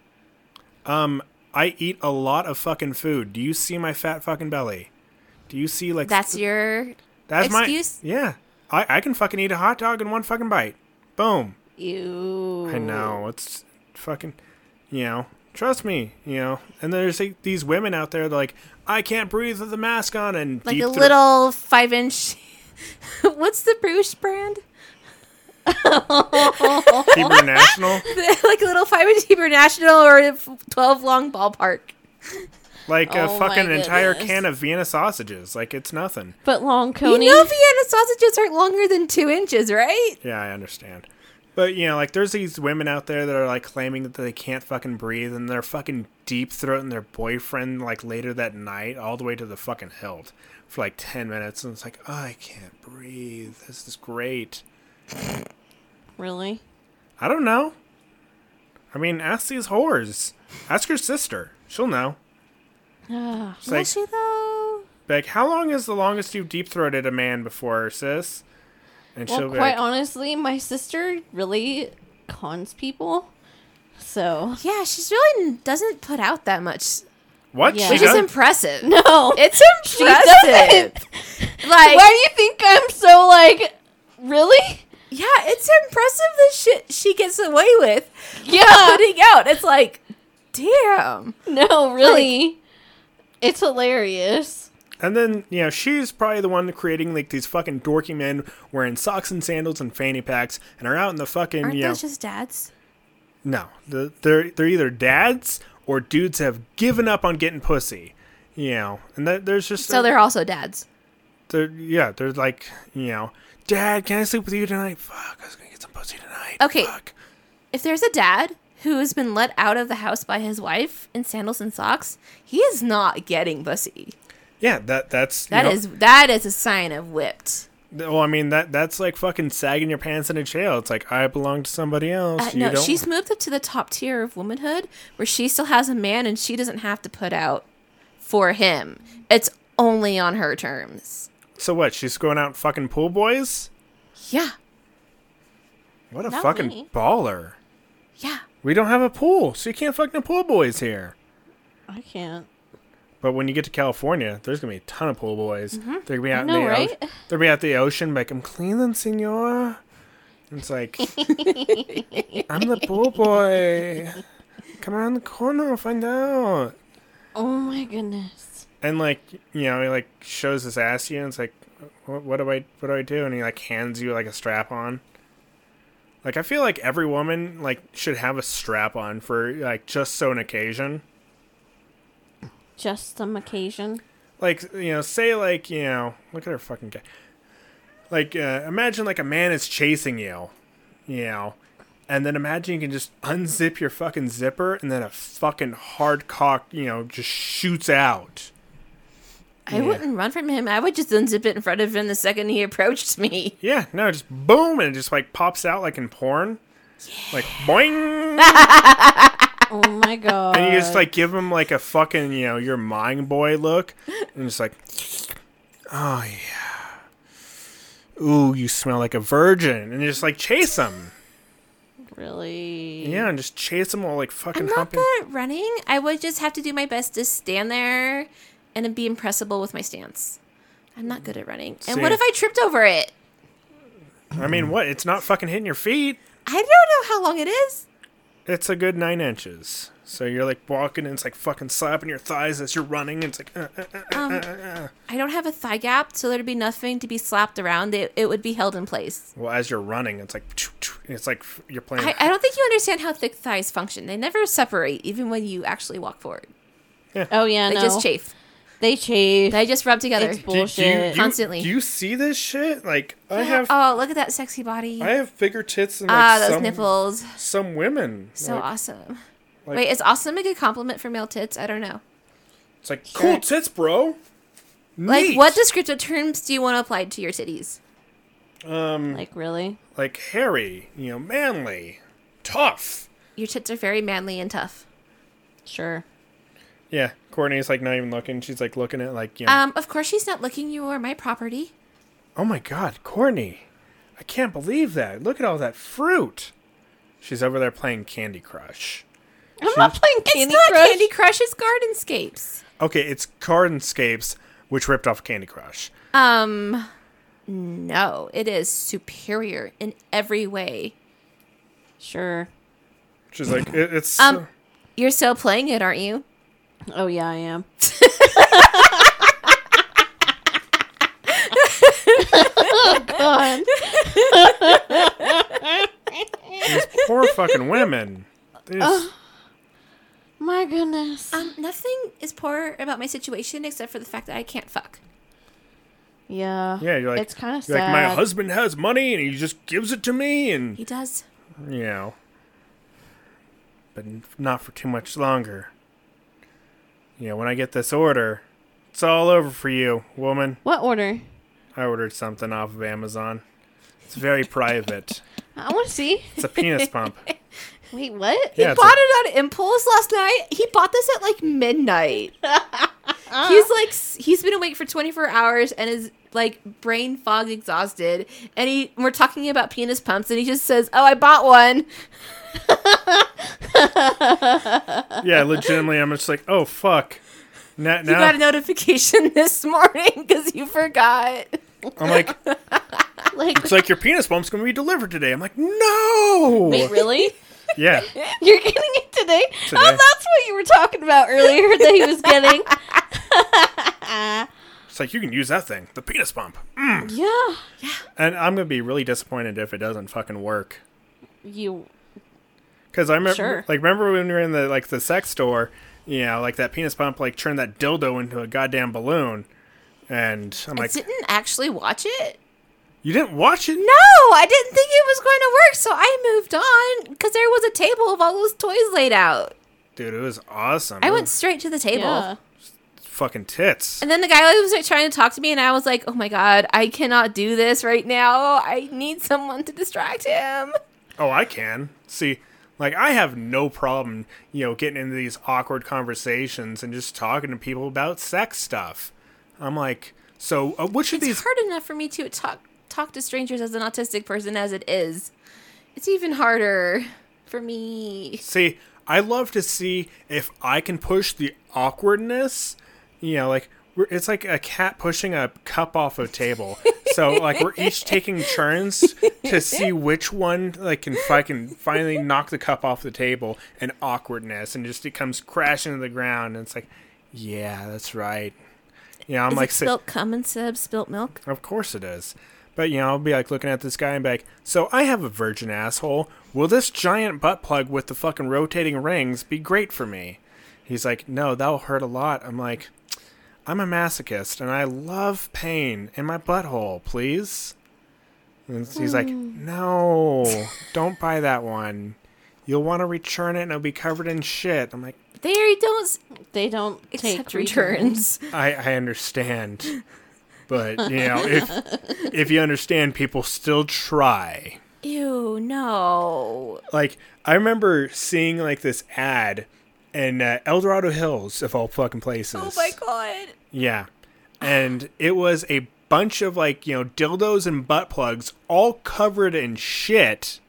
A: Um, I eat a lot of fucking food. Do you see my fat fucking belly? Do you see like
B: that's your
A: That's
B: Excuse?
A: my yeah. I I can fucking eat a hot dog in one fucking bite. Boom.
C: you.
A: I know it's fucking, you know. Trust me, you know. And there's like, these women out there. They're like, I can't breathe with the mask on, and
B: like
A: deep
B: the
A: throat-
B: little five inch. What's the Bruce brand?
A: Hebrew national.
B: like a little five inch National or a f- twelve long ballpark.
A: Like a
C: Oh my
A: fucking entire
C: goodness.
A: can of Vienna sausages. Like it's nothing.
C: But long coney.
B: You know Vienna sausages aren't longer than two inches, right?
A: Yeah, I understand. But you know, like there's these women out there that are like claiming that they can't fucking breathe, and they're fucking deep throating their boyfriend like later that night, all the way to the fucking hilt for like ten minutes, and it's like, oh, I can't breathe. This is great.
C: really?
A: I don't know. I mean, ask these whores. Ask your sister. She'll know.
C: Ah.
A: It's like,
B: she though?
A: like, how long is the longest you've deep throated a man before, sis? And
C: well,
A: she'll be
C: quite
A: like,
C: honestly, my sister really cons people. So.
B: Yeah, she's really n- doesn't put out that much,
A: what?
C: Yeah.
A: She
B: which is
A: does?
B: impressive.
C: No.
B: It's
C: doesn't.
B: impressive. like
C: Why do you think I'm so like really?
B: yeah, it's impressive the shit she gets away with
C: Yeah.
B: putting out. It's like, damn.
C: no, really. it's hilarious.
A: And then, you know, she's probably the one creating like these fucking dorky men wearing socks and sandals and fanny packs and are out in the fucking,
B: Aren't
A: you know,
B: those just dads?
A: no, the, they're they're either dads or dudes have given up on getting pussy, you know. And that there's just
B: So they're also dads.
A: they're yeah, they're like, you know, Dad, can I sleep with you tonight? Fuck, I was gonna get some pussy tonight.
B: Okay.
A: Fuck.
B: If there's a dad who has been let out of the house by his wife in sandals and socks, he is not getting pussy.
A: Yeah, that that's
B: That is that is a sign of whipped.
A: well, I mean that that's like fucking sagging your pants in a jail. It's like I belong to somebody else.
B: Uh,
A: you
B: no,
A: don't.
B: she's moved up to the top tier of womanhood where she still has a man and she doesn't have to put out for him. It's only on her terms.
A: So what? She's going out and fucking pool boys.
B: Yeah.
A: What a
C: Not
A: fucking
C: me.
A: baller.
B: Yeah.
A: We don't have a pool, so you can't fucking have pool boys here.
C: I can't.
A: But when you get to California, there's gonna be a ton of pool boys. They're gonna be out
C: Mm-hmm. know,
A: in the
C: right?
A: ocean. They're gonna be out the ocean, like I'm cleaning, senor. And it's like I'm the pool boy. Come around the corner, find out.
C: Oh my goodness.
A: And like you know, he like shows his ass to you, and it's like, what, what do I, what do I do? And he like hands you like a strap on. Like I feel like every woman like should have a strap on for like just so an occasion.
C: Just some occasion.
A: like you know say like you know look at her fucking guy like uh, imagine like a man is chasing you you know and then imagine you can just unzip your fucking zipper and then a fucking hard cock you know just shoots out
B: I wouldn't run from him. I would just unzip it in front of him the second he approached me.
A: yeah no just boom and it just like pops out like in porn like boing
C: Oh my god.
A: and you just like give him like a fucking you know your mind boy look and just like oh yeah ooh you smell like a virgin and you just like chase him
C: really.
A: Yeah, and just chase them all like fucking
B: I'm not
A: humping.
B: good at running. I would just have to do my best to stand there and be impressible with my stance. I'm not good at running. And what
A: See.
B: if I tripped over it?
A: I mean, what? It's not fucking hitting your feet.
B: I don't know how long it is.
A: It's a good nine inches. So you're like walking and it's like fucking slapping your thighs as you're running. And it's like, uh, uh, uh,
B: I don't have a thigh gap, so there'd be nothing to be slapped around. It, it would be held in place.
A: well, as you're running, it's like, it's like you're playing.
B: I, I don't think you understand how thick thighs function. They never separate, even when you actually walk forward.
C: Oh yeah.
B: They
C: no.
B: just chafe.
C: They chafe.
B: They just rub together.
C: It's
A: Do- do you-
C: bullshit.
A: do you-
B: Constantly.
A: Do you see this shit? Like, I have,
B: oh, look at that sexy body.
A: I have bigger tits than like
B: ah, those
A: some
B: nipples.
A: some women.
B: So
A: Like,
B: awesome.
A: like-
B: Wait, is awesome a good compliment for male tits? I don't know.
A: It's like cool tits, bro.
B: Like,
A: Neat.
B: what descriptive terms do you want to apply to your titties?
C: like really.
A: like hairy, you know, manly, tough.
B: Your tits are very manly and tough.
C: Sure.
A: Yeah, Courtney's like not even looking. She's like looking at like you know,
B: Um, of course, she's not looking. You are my property.
A: Oh my god, Courtney. I can't believe that. Look at all that fruit. She's over there playing Candy Crush.
C: I'm not playing Candy
B: it's not
C: Crush.
B: Candy Crush. It's Gardenscapes.
A: Okay, it's Gardenscapes, which ripped off Candy Crush.
B: Um, no, it is superior in every way.
C: Sure.
A: She's like, it, it's.
B: Um, You're still playing it, aren't you?
C: Oh yeah, I am. Oh, God.
A: these poor fucking women. They just-
C: My goodness.
B: Um, nothing is poor about my situation except for the fact that I can't fuck.
C: yeah.
A: yeah, you're like.
C: it's kind of
A: you're Like,
C: sad.
A: my husband has money and he just gives it to me and,
B: He does.
A: you know. But n- not for too much longer. You know, when I get this order, it's all over for you, woman.
C: What order?
A: I ordered something off of Amazon. It's very private.
C: I want to see.
A: It's a penis pump.
C: Wait, what?
A: Yeah,
B: he
A: it's a-
B: bought it on impulse last night. He bought this at like midnight. he's like s- he's been awake for 24 hours and is like brain fog exhausted. And he we're talking about penis pumps and he just says, "Oh, I bought one."
A: Yeah, legitimately, I'm just like, oh fuck. Now,
B: You got a
A: now
B: notification this morning cuz you forgot.
A: I'm like,
C: Like,
A: it's like your penis pump's gonna be delivered today. I'm like, no.
C: wait, really?
A: Yeah,
C: You're getting it today?
A: Today.
C: Oh, that's what you were talking about earlier that he was getting.
A: It's like you can use that thing, the penis pump.
C: Yeah.
A: And I'm gonna be really disappointed if it doesn't fucking work.
C: You.
A: Because I remember,
C: Sure.
A: like, remember when we were in the like the sex store, you know, like that penis pump, like turned that dildo into a goddamn balloon, and I'm like,
B: I didn't actually watch it.
A: you didn't watch it?
B: No, I didn't think it was going to work, so I moved on because there was a table of all those toys laid out.
A: dude, it was awesome.
B: I
A: It
B: went
A: was
B: straight to the table.
C: Yeah.
A: fucking tits.
B: And then the guy was like, trying to talk to me, and I was like, oh my God, I cannot do this right now. I need someone to distract him.
A: Oh, I can. See, like I have no problem, you know, getting into these awkward conversations and just talking to people about sex stuff. I'm like, so uh, which of
B: It's
A: these
B: hard enough for me to talk talk to strangers as an autistic person as it is. It's even harder for me.
A: See, I love to see if I can push the awkwardness. You know, like we're, it's like a cat pushing a cup off a table. so like we're each taking turns to see which one like can if I can finally knock the cup off the table and awkwardness and just it comes crashing to the ground and it's like, yeah, that's right. You know, I'm
B: Is
A: like
B: it
A: sit-
B: spilt cum instead of spilt milk?
A: of course it is. But you know, I'll be like looking at this guy and be like, so I have a virgin asshole. Will this giant butt plug with the fucking rotating rings be great for me? He's like, no, that'll hurt a lot. I'm like, I'm a masochist and I love pain in my butthole, please. And he's like, no, don't buy that one. You'll want to return it and it'll be covered in shit. I'm like,
B: They don't s-
C: They don't
B: accept
C: take returns.
B: returns.
A: I, I understand. But you know, if if you understand, people still try.
B: Ew, no.
A: Like I remember seeing like this ad in uh, El Dorado Hills of all fucking places.
B: Oh my god.
A: Yeah, and it was a bunch of like you know dildos and butt plugs all covered in shit.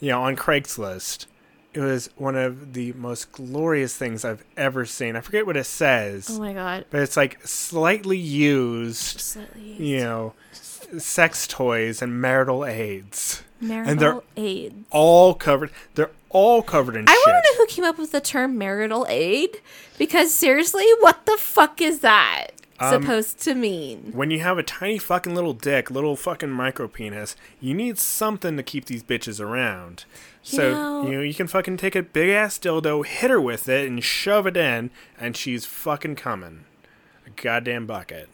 A: You know, on Craigslist. It was one of the most glorious things I've ever seen. I forget what it says,
B: Oh my god.
A: but it's like slightly used
B: Slightly.
A: you know, sex toys and marital aids.
B: Marital
A: they're-
B: aid.
A: All covered. They're all covered in
B: I
A: shit.
B: want to know who came up with the term marital aid because seriously, what the fuck is that supposed to mean?
A: when you have a tiny fucking little dick, little fucking micro penis, you need something to keep these bitches around. so
B: know-
A: you know you can fucking take a big ass dildo, hit her with it, and shove it in, and she's fucking coming. A goddamn bucket.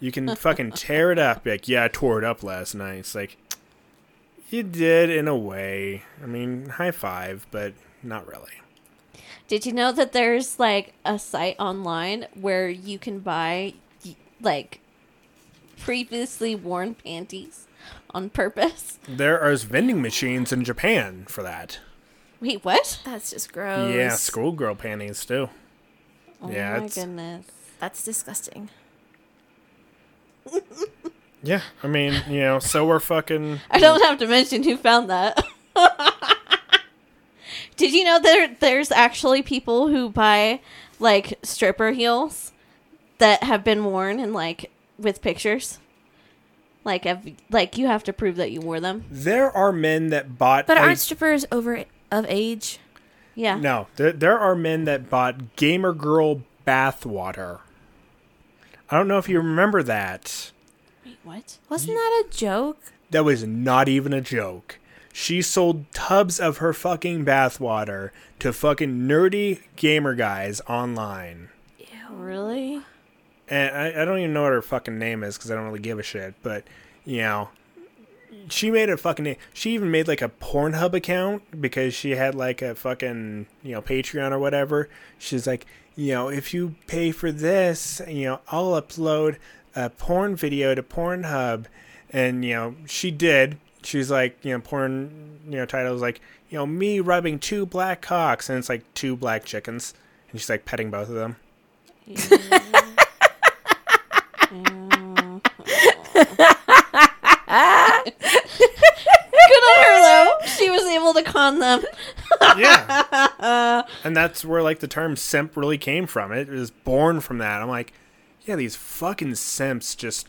A: You can fucking tear it up. Be like, yeah, I tore it up last night. It's like, you did in a way. I mean, high five, but not really.
C: Did you know that there's like a site online where you can buy y- like previously worn panties on purpose?
A: There are vending machines in Japan for that.
C: Wait, what?
B: That's just gross.
A: Yeah, schoolgirl panties too. yeah,
C: oh my
A: it's-
C: goodness.
B: That's disgusting.
A: Yeah, I mean, you know, so we're fucking.
C: I don't have to mention who found that. Did you know there there's actually people who buy like stripper heels that have been worn and like with pictures? Like have, like you have to prove that you wore them.
A: There are men that bought.
B: But
A: a-
B: aren't strippers over of age?
C: Yeah.
A: no, there, there are men that bought gamer girl bathwater. I don't know if you remember that.
C: What?
B: Wasn't that a joke?
A: That was not even a joke. She sold tubs of her fucking bathwater to fucking nerdy gamer guys online.
C: Really?
A: and I, I don't even know what her fucking name is because I don't really give a shit. But you know, she made a fucking name. She even made like a Pornhub account because she had like a fucking you know Patreon or whatever. She's like, you know, if you pay for this, you know, I'll upload a porn video to Pornhub, and you know, she did. She's like, you know, porn, you know, titles like, you know, me rubbing two black cocks, and it's like two black chickens, and she's like petting both of them.
C: Good on her though. She was able to con them.
A: yeah. and that's where like the term simp really came from. It was born from that. I'm like, yeah, these fucking simps just,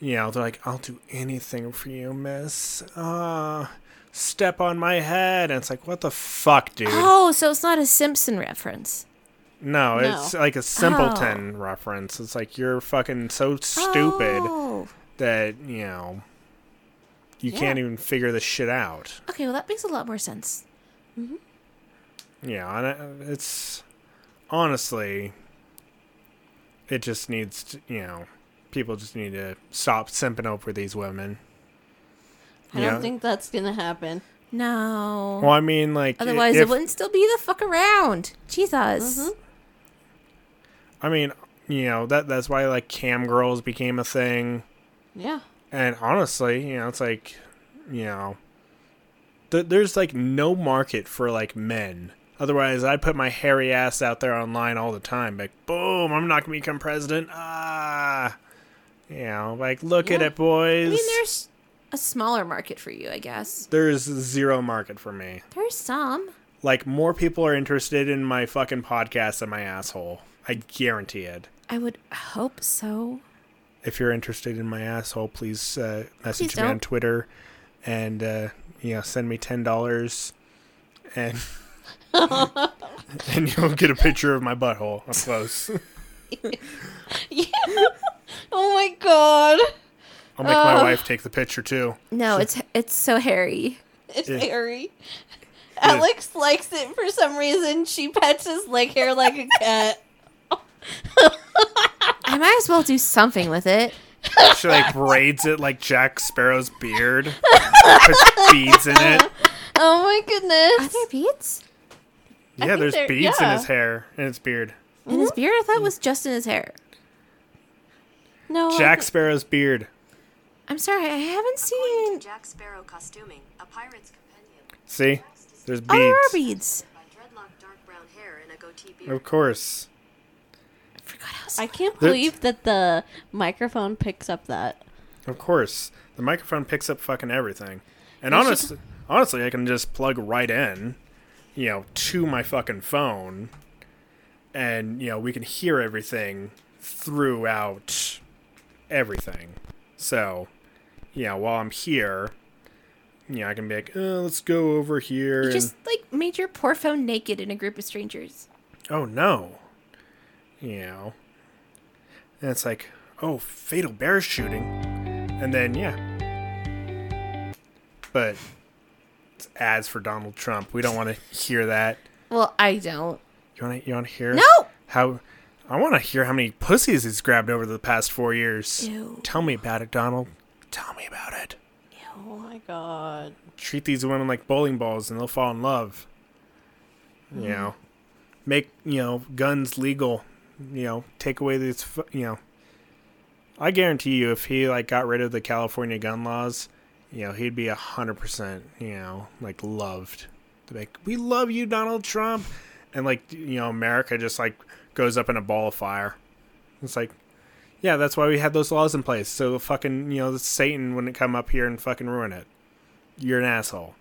A: you know, they're like, I'll do anything for you, miss. Uh, step on my head. And it's like, what the fuck, dude?
B: Oh, so it's not a Simpson reference.
A: No,
C: No.
A: it's like a simpleton reference. It's like you're fucking so stupid
B: Oh.
A: that, you know, you can't even figure this shit out.
B: Okay, well that makes a lot more sense.
A: Yeah, and it- it's honestly, it just needs to, you know, people just need to stop simping over these women.
C: I
A: Yeah.
C: don't think that's gonna happen.
B: No.
A: Well, I mean, like, i-
B: Otherwise,
A: if,
B: it wouldn't still be the fuck around. Jesus. Mm-hmm.
A: I mean, you know, that that's why like cam girls became a thing.
C: Yeah.
A: And honestly, you know, it's like, you know, th- there's like no market for like men. Otherwise, I'd put my hairy ass out there online all the time. Like, boom, I'm not gonna become president. Ah, you know, like look at
C: Yeah.
A: it, boys.
B: I mean, there's a smaller market for you, I guess.
A: there's zero market for me.
B: There's some.
A: Like, more people are interested in my fucking podcast than my asshole. I guarantee it.
B: I would hope so.
A: if you're interested in my asshole, please uh, message
B: Please
A: me on
B: don't.
A: Twitter and uh, you know send me ten dollars, and and you'll get a picture of my butthole up close.
C: Yeah. oh my god.
A: I'll make my
C: Oh.
A: wife take the picture too.
B: No, it's it's so hairy.
C: It's
A: Yeah.
C: hairy. Alex likes it for some reason. She pets his leg hair like a cat.
B: I might as well do something with it.
A: She like braids it like Jack Sparrow's beard, puts beads in it.
C: Oh my goodness.
B: Are there beads
A: Yeah,
C: think
A: there's
C: they're-
A: beads in
C: yeah.
A: his hair and his beard.
B: in his beard? I thought it was just in his hair.
C: No. I
A: Jack
C: think-
A: Sparrow's beard.
B: I'm sorry, I haven't seen.
D: According to Jack Sparrow Costuming, a pirate's compendium.
A: See, there's
B: Oh, there are
A: beads.
B: beads.
D: By dreadlocked dark brown hair and a goatee beard.
A: Of course.
B: I forgot how.
C: I can't
A: There-
C: believe that the microphone picks up that.
A: Of course, the microphone picks up fucking everything. And
C: It's
A: honest, honestly, I can just plug right in, you know, to my fucking phone, and you know we can hear everything throughout everything. So, you know, while I'm here, you know, I can be like, oh, let's go over here.
B: You
A: And,
B: just like made your poor phone naked in a group of strangers.
A: oh no, you know, and it's like, oh, fatal bear shooting, and then yeah, but it's ads for Donald Trump. We don't want to hear that.
B: Well, I don't.
A: You want to you want to hear?
B: No!
A: How? I want to hear how many pussies he's grabbed over the past four years.
B: Ew.
A: Tell me about it, Donald. Tell me about it.
C: Oh my god.
A: Treat these women like bowling balls, and they'll fall in love. You know, make you know guns legal. You know, take away these. fu- You know, I guarantee you, if he like got rid of the California gun laws, you know, he'd be a hundred percent. You know, like loved. They'd be Like we love you, Donald Trump, and like you know, America just like goes up in a ball of fire. It's like, yeah, that's why we had those laws in place. So fucking you know, Satan wouldn't come up here and fucking ruin it. You're an asshole.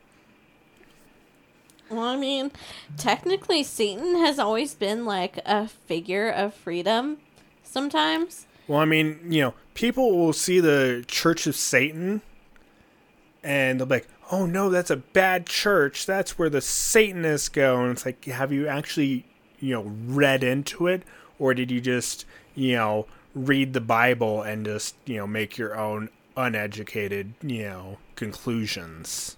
C: Well, I mean, technically, Satan has always been like a figure of freedom sometimes.
A: Well, I mean, you know, people will see the Church of Satan and they'll be like, oh no, that's a bad church. That's where the Satanists go. And it's like, have you actually, you know, read into it? Or did you just, you know, read the Bible and just, you know, make your own uneducated, you know, conclusions?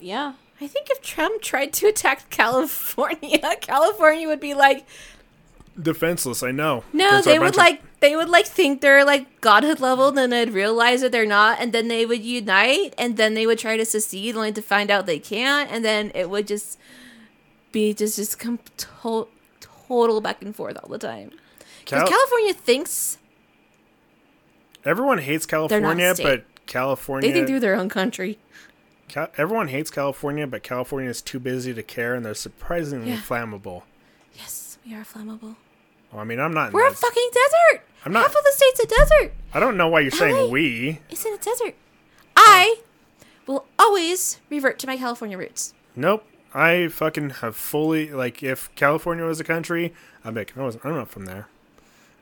C: Yeah.
B: I think if Trump tried to attack California, California would be like,
A: Defenseless, I know.
B: no,
A: There's a
B: they
A: bunch
B: would
A: of-
B: like, they would like think they're like godhood level, then they'd realize that they're not, and then they would unite, and then they would try to secede, only to find out they can't, and then it would just be just just come to- total back and forth all the time. Because
A: Cal-
B: California thinks
A: everyone hates
B: not
A: California,
B: state.
A: but California.
B: they think they're their own country.
A: Cal- everyone hates California, but California is too busy to care, and they're surprisingly
B: Yeah.
A: flammable.
B: Yes, we are flammable.
A: Well, I mean, I'm not. In
B: We're a
A: that-
B: fucking desert.
A: I'm not-
B: Half of the state's a desert.
A: I don't know why you're
B: LA.
A: saying we.
B: It's in a desert. I will always revert to my California roots.
A: Nope. I fucking have fully like if California was a country, I'd be like, no, I'm not from there.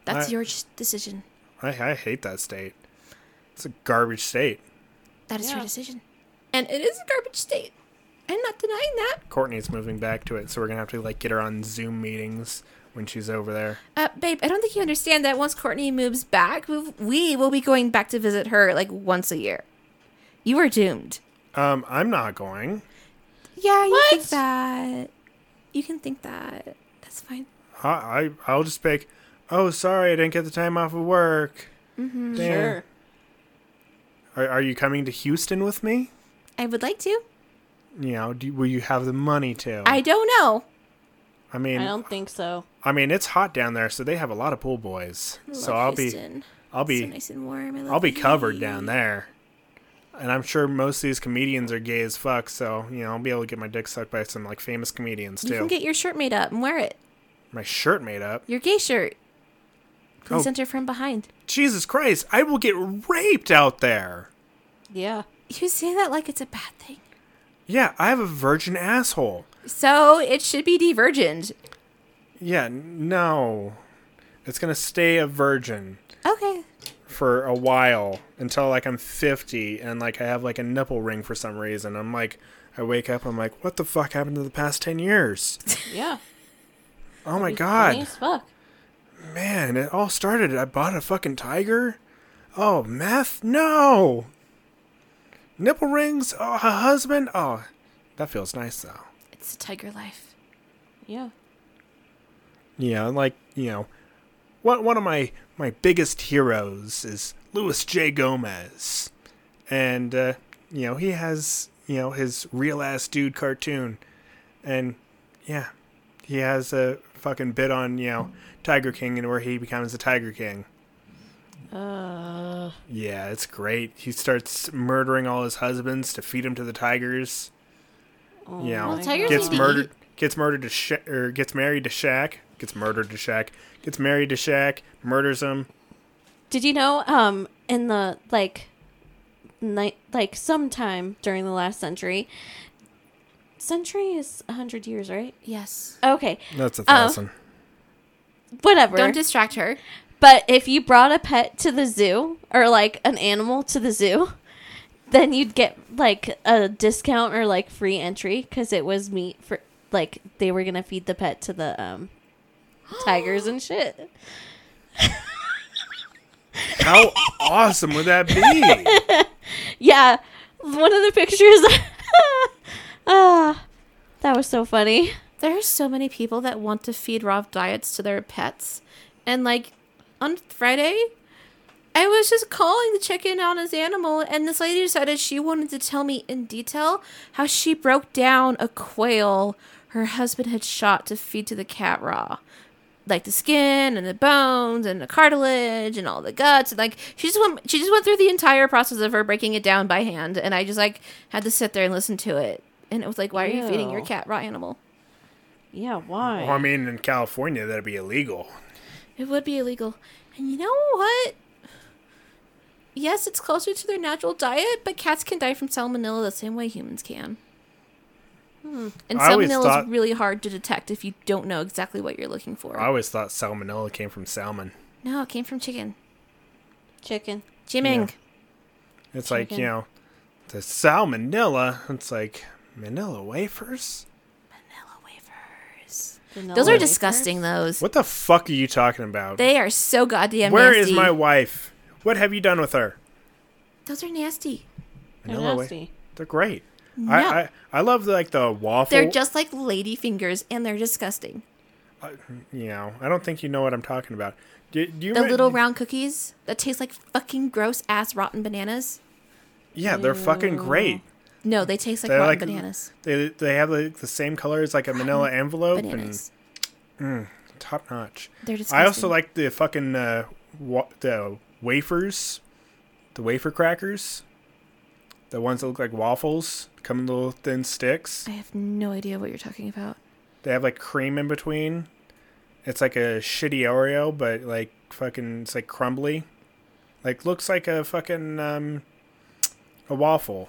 B: That's
A: I-
B: your ch- decision.
A: I, I hate that state. It's a garbage state.
B: That is your
C: Yeah.
B: decision. And it is a garbage state. I'm not denying that.
A: Courtney's moving back to it, so we're gonna have to like get her on Zoom meetings when she's over there.
B: Uh, babe, I don't think you understand that once Courtney moves back, we we will be going back to visit her like once a year. You are doomed.
A: Um, I'm not going.
B: Yeah, you think
C: What?
B: that. You can think that. That's fine.
A: I, I I'll just be like, oh, sorry, I didn't get the time off of work.
B: Mm-hmm,
A: Damn.
C: Sure.
A: Are, are you coming to Houston with me?
B: I would like to.
A: You know, do, will you have the money to?
B: I don't know.
A: I mean,
C: I
A: I,
C: don't think so.
A: mean, it's hot down there, so they have a lot of pool boys.
B: I
A: So
B: love
A: I'll be,
B: Houston.
A: I'll be,
B: so nice and warm. I love
A: I'll be
B: the
A: covered
B: heat.
A: down there. And I'm sure most of these comedians are gay as fuck, so you know I'll be able to get my dick sucked by some like famous comedians
B: You
A: too.
B: can get your shirt made up and wear it.
A: my shirt made up.
B: Your gay shirt. Please
A: Oh.
B: enter from behind.
A: Jesus Christ, I will get raped out there.
C: Yeah.
B: You say that like it's a bad thing.
A: Yeah, I have a virgin asshole.
B: So it should be divergent.
A: Yeah, n- no. It's gonna stay a virgin
B: Okay.
A: for a while until like I'm 50 and like I have like a nipple ring for some reason. I'm like, I wake up, I'm like, what the fuck happened to the past 10 years?
C: Yeah.
A: Oh my
C: Be
A: god,
C: funny as fuck.
A: man, it all started. I bought a fucking tiger. Oh, meth? No. Nipple rings? Oh, a husband? Oh, that feels nice though.
B: It's a tiger life.
C: Yeah.
A: Yeah, and like you know, one one of my my biggest heroes is Louis J. Gomez, and uh, you know he has you know his real ass dude cartoon, and yeah, he has a fucking bit on you know Tiger King and where he becomes the Tiger King.
C: Uh,
A: Yeah, it's great. He starts murdering all his husbands to feed him to the tigers.
C: oh
A: Yeah.
C: my
A: Well,
B: tigers
C: God.
A: gets
B: need to
A: murdered gets murdered to Sha- or gets married to Shaq, gets murdered to Shaq, gets married to Shaq, murders him.
C: Did you know um in the like night like sometime during the last century century is 100 years, right?
B: Yes.
C: Okay.
A: That's
B: Oh.
A: a
C: thousand. Whatever.
B: Don't distract her.
C: but if you brought a pet to the zoo or like an animal to the zoo, then you'd get like a discount or like free entry cuz it was meat for like they were going to feed the pet to the um tigers and shit.
A: How awesome would that be?
C: Yeah, one of the pictures. ah, that was so funny.
B: There are so many people that want to feed raw diets to their pets. And like on Friday, I was just calling to check in on his animal, and this lady decided she wanted to tell me in detail how she broke down a quail her husband had shot to feed to the cat raw. Like the skin and the bones and the cartilage and all the guts and like she just went she just went through the entire process of her breaking it down by hand and I just like had to sit there and listen to it and it was like why are you feeding your
C: Ew.
B: cat raw animal
C: Yeah, why?
A: well, I mean, in California, that'd be illegal.
B: It would be illegal. And you know what? Yes, it's closer to their natural diet, but cats can die from salmonella the same way humans can. Hmm. And
A: I always
B: salmonella is
A: thought-
B: really hard to detect if you don't know exactly what you're looking for.
A: I always thought salmonella came from salmon.
B: no, it came from chicken.
C: Chicken.
B: Jimming.
A: It's like you
C: Chicken.
A: know, the salmonella. It's like manila wafers.
B: Vanilla wafers.
C: Vanilla
B: Those are
C: wafers.
B: disgusting, those.
A: What the fuck are you talking about?
B: They are so goddamn
A: Where is
B: nasty.
A: my wife? What have you done with her?
B: Those are nasty.
C: They're
A: Vanilla wa-
C: nasty.
A: They're great.
B: No.
A: I, I I love like the waffle.
B: They're just like lady fingers, and they're disgusting.
A: you know. I don't think you know what I'm talking about. Do, do you
B: The
A: re-
B: little round cookies that taste like fucking gross ass rotten bananas.
A: Yeah, they're fucking
B: Mm.
A: great.
B: No, they taste like
A: They're
B: rotten
A: like
B: bananas.
A: They they have like the same color as like a manila envelope
B: bananas.
A: and top notch.
B: They're
A: I also
B: disgusting.
A: like the fucking uh, wa- the wafers, the wafer crackers, the ones that look like waffles, come in little thin sticks.
B: I have no idea what you're talking about.
A: They have like cream in between. It's like a shitty Oreo, but like fucking, it's like crumbly. Like looks like a fucking um, a waffle.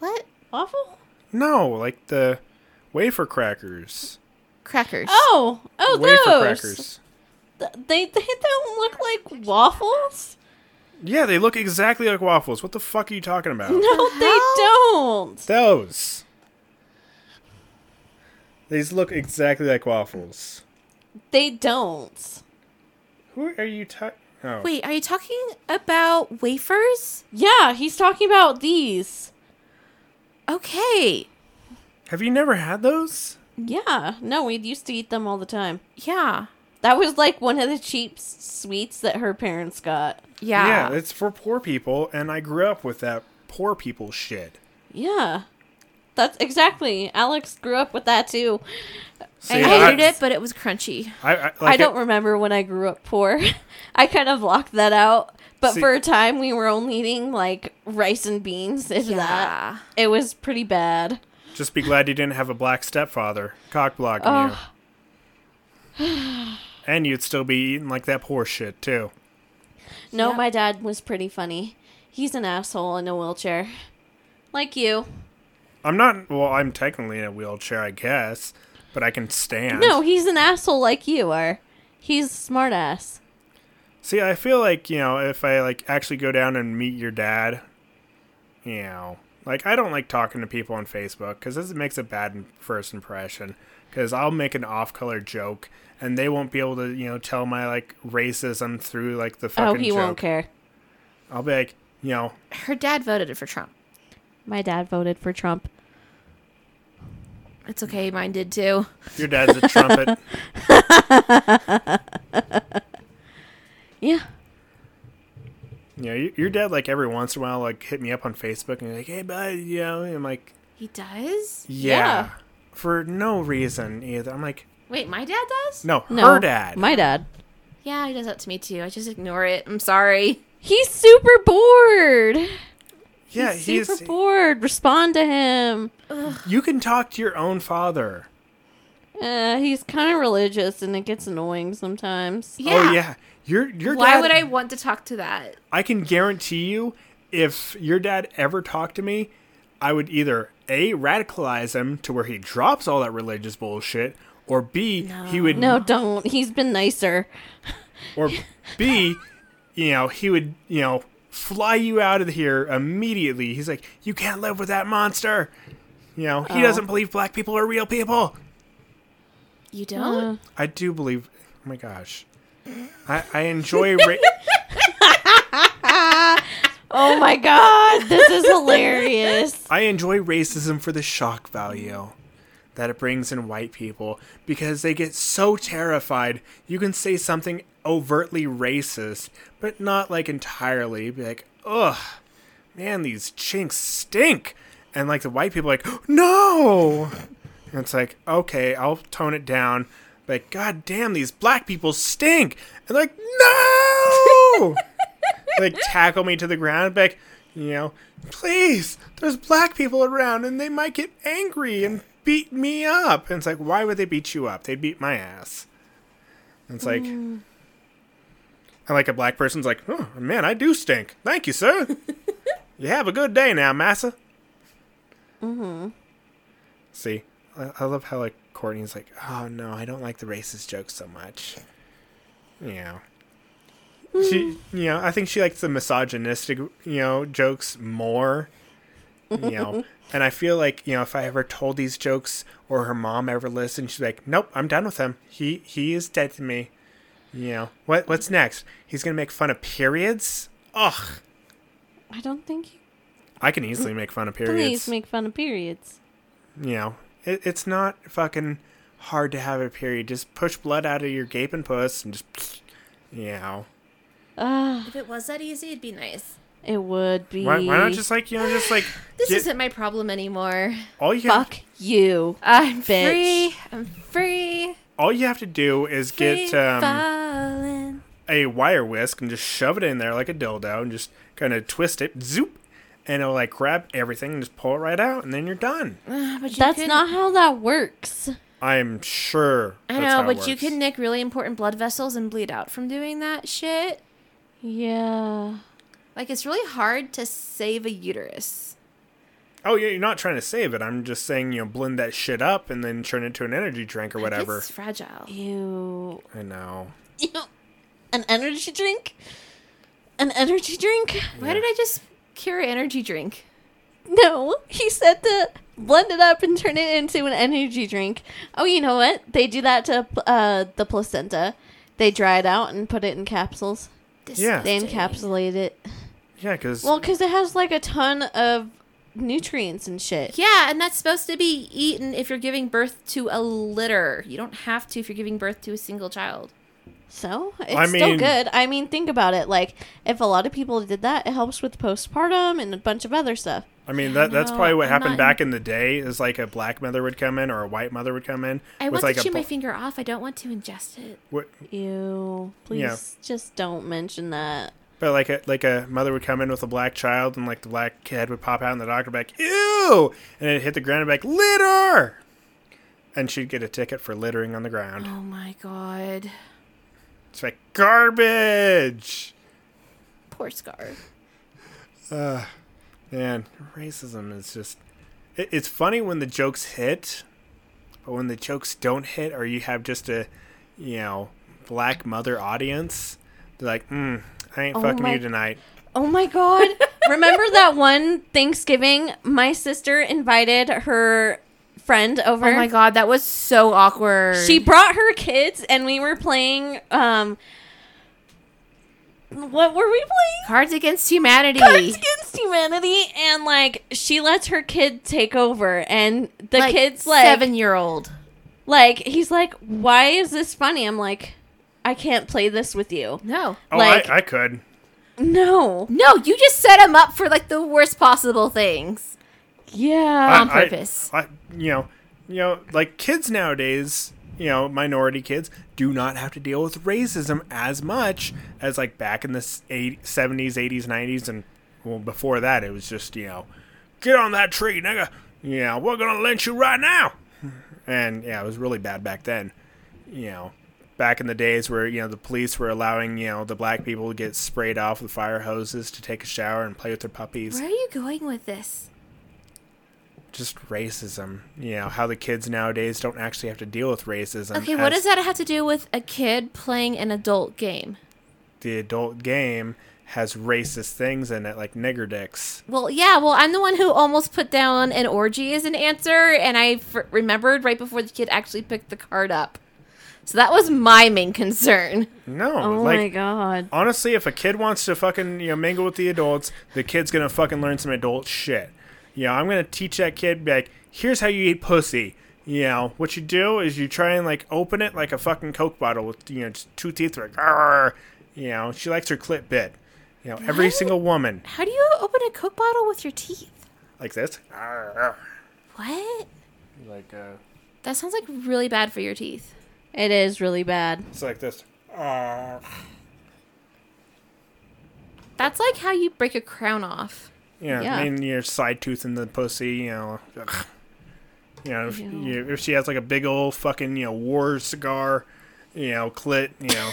B: What?
C: Waffle?
A: No, like the wafer crackers.
B: Crackers.
C: Oh, oh,
A: wafer
C: those.
A: crackers.
C: Th- They they don't look like waffles.
A: Yeah, they look exactly like waffles. What the fuck are you talking about?
C: No, they don't.
A: Those. These look exactly like waffles.
C: They don't.
A: Who are you talking? Oh,
B: Wait, are you talking about wafers?
C: Yeah, he's talking about these.
B: Okay.
A: have you never had those?
C: Yeah, no, we used to eat them all the time.
B: Yeah.
C: That was like one of the cheap s- sweets that her parents got.
B: Yeah.
A: yeah, it's for poor people, and I grew up with that poor people shit.
C: Yeah. That's exactly. Alex grew up with that too.
A: See,
B: I hated it, but it was crunchy.
A: I, I, like
C: I don't
A: It,
C: remember when I grew up poor. I kind of blocked that out. But
A: See-
C: for a time, we were only eating like rice and beans, if that. It was pretty bad.
A: just be glad you didn't have a black stepfather cock blocking you.
C: Ugh.
A: And you'd still be eating like that poor shit too.
C: No,
B: Yeah.
C: my dad was pretty funny. He's an asshole in a wheelchair. Like you.
A: I'm not. Well, I'm technically in a wheelchair, I guess, but I can stand.
C: No, he's an asshole like you are. He's a smartass.
A: See, I feel like you know if I like actually go down and meet your dad, you know, like I don't like talking to people on Facebook because this makes a bad im- first impression. Because I'll make an off-color joke and they won't be able to, you know, tell my like racism through like the
C: Oh,
A: fucking
C: he
A: joke.
C: won't care.
A: I'll be like, you know,
B: Her dad voted for Trump.
C: My dad voted for Trump.
B: It's okay, mine did too.
A: your dad's a trumpet.
C: Yeah.
A: You know, y- your dad like every once in a while like hit me up on Facebook and like, hey bud, you know, and I'm like,
B: He does?
A: yeah,
C: Yeah.
A: for no reason either. I'm like,
B: Wait, my dad does?
A: no,
C: No.
A: her dad.
C: My dad.
B: Yeah, he does that to me too. I just ignore it. I'm sorry.
C: He's super bored.
A: yeah,
C: He's
A: he's,
C: super bored. Respond to him.
A: you can talk to your own father.
C: Uh, he's kind of religious and it gets annoying sometimes.
A: Oh yeah, your your
B: Why
A: dad.
B: would I want to talk to that?
A: I can guarantee you, if your dad ever talked to me, I would either a radicalize him to where he drops all that religious bullshit, or b he would
C: No, don't. He's been nicer.
A: or B, you know, he would, you know, fly you out of here immediately. He's like, you can't live with that monster. You know, he doesn't believe black people are real people.
B: You don't?
C: Uh,
A: I do believe. Oh my gosh, I, I enjoy. Ra-
C: oh my god, this is hilarious.
A: I enjoy racism for the shock value that it brings in white people because they get so terrified. You can say something overtly racist, but not like entirely. Be like, ugh, man, these chinks stink. And like the white people, are like, no. And it's like, okay, I'll tone it down. But god damn, these black people stink. And they're like, no. like tackle me to the ground, like, you know, please, there's black people around and they might get angry and beat me up. And it's like, why would they beat you up? They beat my ass. And it's like, and like a black person's like, oh man, I do stink. Thank you, sir. you have a good day now, massa. Mm-hmm. See, I, I love how like Courtney's like, oh no, I don't like the racist jokes so much. Yeah she you know i think she likes the misogynistic you know jokes more you know and i feel like you know if i ever told these jokes or her mom ever listened she's like nope i'm done with him he he is dead to me you know what what's next he's gonna make fun of periods ugh
C: I don't think you
A: i can easily make fun of periods
C: please make fun of periods.
A: you know it, it's not fucking hard to have a period just push blood out of your gaping puss and just you know
C: Ah,
B: If it was that easy, it'd be nice.
C: it would be.
A: why, why not just like you know just like
B: This
A: get-
B: isn't my problem anymore.
A: all you have-
C: fuck you?
B: I'm
C: Bitch.
B: free. I'm free.
A: all you have to do is
B: free
A: get um,
B: falling.
A: a wire whisk and just shove it in there like a dildo and just kind of twist it, zoop, and it'll like grab everything and just pull it right out, and then you're done.
B: Ugh, but you
C: That's
B: could-
C: not how that works.
A: I'm sure.
B: I know, but you can nick really important blood vessels and bleed out from doing that shit.
C: Yeah.
B: Like it's really hard to save a uterus.
A: Oh yeah, you're not trying to save it. I'm just saying, you know, blend that shit up and then turn it to an energy drink or whatever.
B: It's fragile.
C: Ew.
A: I know.
C: Ew. An energy drink? An energy drink?
B: Why did I just cure energy drink?
C: No, he said to blend it up and turn it into an energy drink. Oh, you know what? They do that to uh, the placenta. They dry it out and put it in capsules.
A: Yeah.
C: They
B: Disgusting.
C: encapsulate it.
A: Yeah, because
C: Well, because it has like a ton of nutrients and shit.
B: Yeah, and that's supposed to be eaten if you're giving birth to a litter. You don't have to if you're giving birth to a single child.
C: So it's
A: I
C: still
A: mean-
C: good. I mean, think about it. Like, if a lot of people did that, it helps with postpartum and a bunch of other stuff.
A: I mean that that's
B: no,
A: probably what
B: I'm
A: happened
B: not-
A: back in the day. Is like a black mother would come in or a white mother would come in
B: I
A: with
B: want
A: like
B: to
A: a
B: chew my
A: bl-
B: finger off. I don't want to ingest it.
A: what-
C: Ew. Please
A: Yeah.
C: just don't mention that.
A: but like a like a mother would come in with a black child and like the black kid would pop out and the doctor would be like ew and it hit the ground and be like litter, and she'd get a ticket for littering on the ground.
B: Oh my god.
A: It's like garbage.
B: Poor Scar.
A: Uh, man, racism is just. It, it's funny when the jokes hit, but when the jokes don't hit, or you have just a, you know, black mother audience, they're like, mm, I ain't
C: Oh
A: fucking
C: my-
A: you tonight.
C: Oh my god. Remember that one Thanksgiving my sister invited her friend over?
B: Oh my god, that was so awkward.
C: She brought her kids and we were playing um what were we playing?
B: Cards Against Humanity.
C: Cards Against Humanity and like she lets her kid take over and the kids like
B: seven year old.
C: like he's like why is this funny? I'm like I can't play this with you.
B: No.
A: Oh,
C: Like-
A: I, I could.
C: No.
B: No, you just set him up for like the worst possible things.
C: Yeah.
A: I-
B: on
A: I-
B: purpose.
A: I, you know, you know, like kids nowadays, you know, minority kids do not have to deal with racism as much as like back in the s- eight- 70s, 80s, 90s, and well, before that, it was just you know, get on that tree, nigga. Yeah, we're gonna lynch you right now. And yeah, it was really bad back then. You know, back in the days where you know the police were allowing you know the black people to get sprayed off with fire hoses to take a shower and play with their puppies
B: Where are you going with this?
A: just racism. You know how the kids nowadays don't actually have to deal with racism.
B: Okay, what
A: as
B: does that have to do with a kid playing an adult game?
A: The adult game has racist things in it, like nigger dicks.
B: Well, yeah, well, I'm the one who almost put down an orgy as an answer, and I f- remembered right before the kid actually picked the card up. So that was my main concern.
A: No,
C: oh
A: like
C: my god.
A: honestly, if a kid wants to fucking you know mingle with the adults, the kid's gonna fucking learn some adult shit. You know, I'm gonna teach that kid be like, here's how you eat pussy. You know, what you do is you try and like open it like a fucking coke bottle with you know just two teeth like, "Arr." you know, she likes her clit bit. You know, every
B: What?
A: single woman
B: How do you open a Coke bottle with your teeth?
A: like this. "Arr."
B: What?
A: like uh
B: That sounds like really bad for your teeth.
C: It is really bad.
A: it's like this uh,
B: That's like how you break a crown off.
A: yeah,
C: Yeah.
A: i mean your side tooth in the pussy you know ugh. you know if, you, if she has like a big old fucking you know war cigar you know clit you know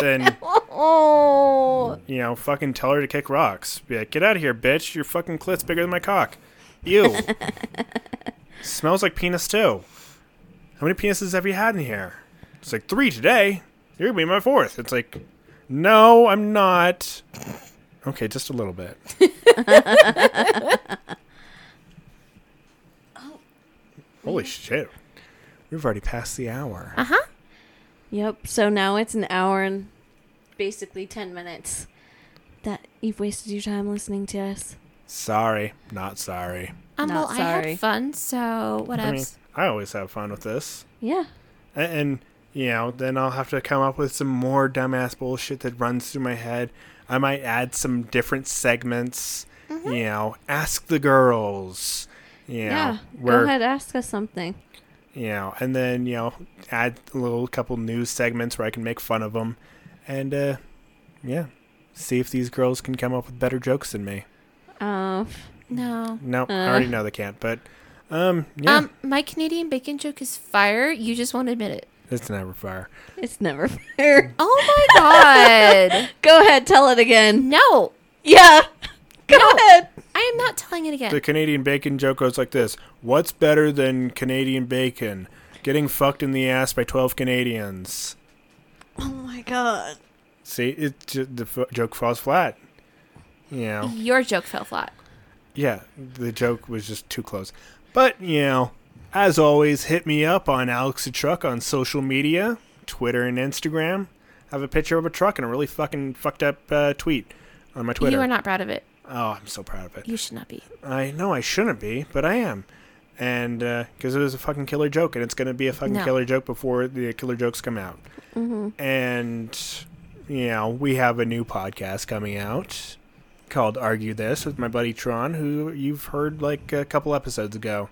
A: then
B: Oh.
A: you know fucking tell her to kick rocks be like get out of here bitch your fucking clit's bigger than my cock ew smells like penis too how many penises have you had in here it's like three today you're gonna be my fourth it's like no i'm not okay just a little bit holy shit we've already passed the hour
B: Uh huh.
C: Yep. So now it's an hour and basically 10 minutes that you've wasted your time listening to us.
A: sorry not sorry
B: Um,
C: Not
B: well, I
C: sorry.
B: had fun, so what
A: i mean
B: else?
A: i always have fun with this
C: Yeah.
A: A- and you know then i'll have to come up with some more dumbass bullshit that runs through my head i might add some different segments
C: Mm-hmm.
A: you know ask the girls you know,
C: Yeah. Go
A: where-
C: ahead, ask us something.
A: you know and then you know add a little couple news segments where i can make fun of them and uh yeah see if these girls can come up with better jokes than me
C: Uh,
B: No.
A: no i
C: Uh.
A: already know they can't but um yeah
B: Um, my Canadian bacon joke is fire. You just won't admit it.
A: it's never fire
C: it's never fair.
B: Oh my god.
C: Go ahead, tell it again.
B: no.
C: Yeah. Go ahead.
B: I am not telling it again.
A: The Canadian bacon joke goes like this What's better than Canadian bacon? Getting fucked in the ass by 12 Canadians.
C: Oh my god.
A: See, it, ju- the f- joke falls flat. You know,
B: Your joke fell flat.
A: Yeah, the joke was just too close. But, you know, as always, hit me up on Alex the Truck on social media, Twitter and Instagram. I have a picture of a truck and a really fucking fucked up uh, tweet on my Twitter.
B: You are not proud of it.
A: oh, I'm so proud of it.
B: You should not be.
A: I know I shouldn't be, but I am. And because it was a fucking killer joke, and it's going to be a fucking
B: No.
A: killer joke before the killer jokes come out. And, you know, we have a new podcast coming out called Argue This with my buddy Tron, who you've heard like a couple episodes ago.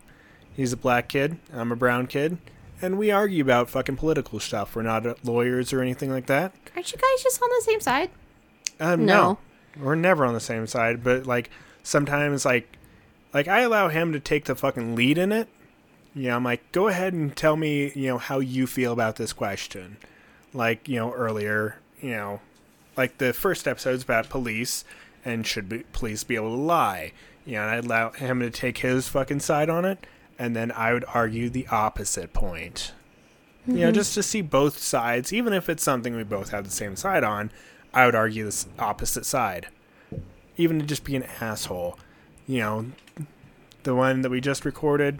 A: He's a black kid, I'm a brown kid, and we argue about fucking political stuff. We're not uh, lawyers or anything like that.
B: Aren't you guys just on the same side?
A: Um, no. we're never on the same side. But like sometimes, like like I allow him to take the fucking lead in it. Yeah, I'm like, go ahead and tell me, you know, how you feel about this question. Like you know earlier, you know, like the first episode's about police and should be, police be able to lie. You know, and I allow him to take his fucking side on it, and then I would argue the opposite point you know just to see both sides even if it's something we both have the same side on i would argue this opposite side even to just be an asshole you know the one that we just recorded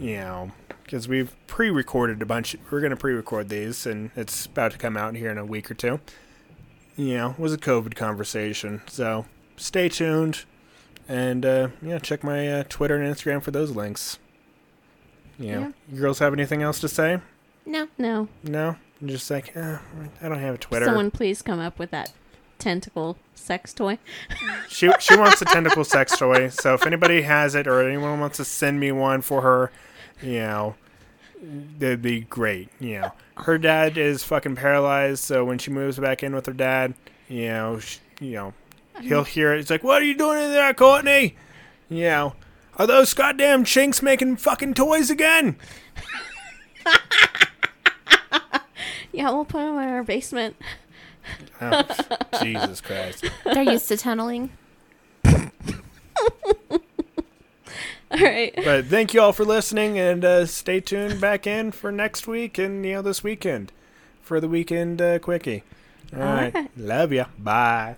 A: you know because we've pre-recorded a bunch we're going to pre-record these and it's about to come out here in a week or two you know was a covid conversation so stay tuned and uh yeah check my uh, twitter and instagram for those links you know you girls have anything else to say
B: No.
C: No.
A: no, I'm just like eh, I don't have a Twitter.
C: Someone please come up with that tentacle sex toy.
A: She she wants a tentacle sex toy. So if anybody has it or anyone wants to send me one for her, you know, that'd be great. You know, her dad is fucking paralyzed, so when she moves back in with her dad, you know, sh you know, he'll hear it. He's like, "What are you doing in there, Courtney?" You know, are those goddamn chinks making fucking toys again?
C: Yeah, we'll put them in our basement.
A: Oh, Jesus Christ.
B: They're used to tunneling.
C: All right.
A: but thank you all for listening and uh, stay tuned back in for next week and you know this weekend for the weekend uh, quickie all right. love you bye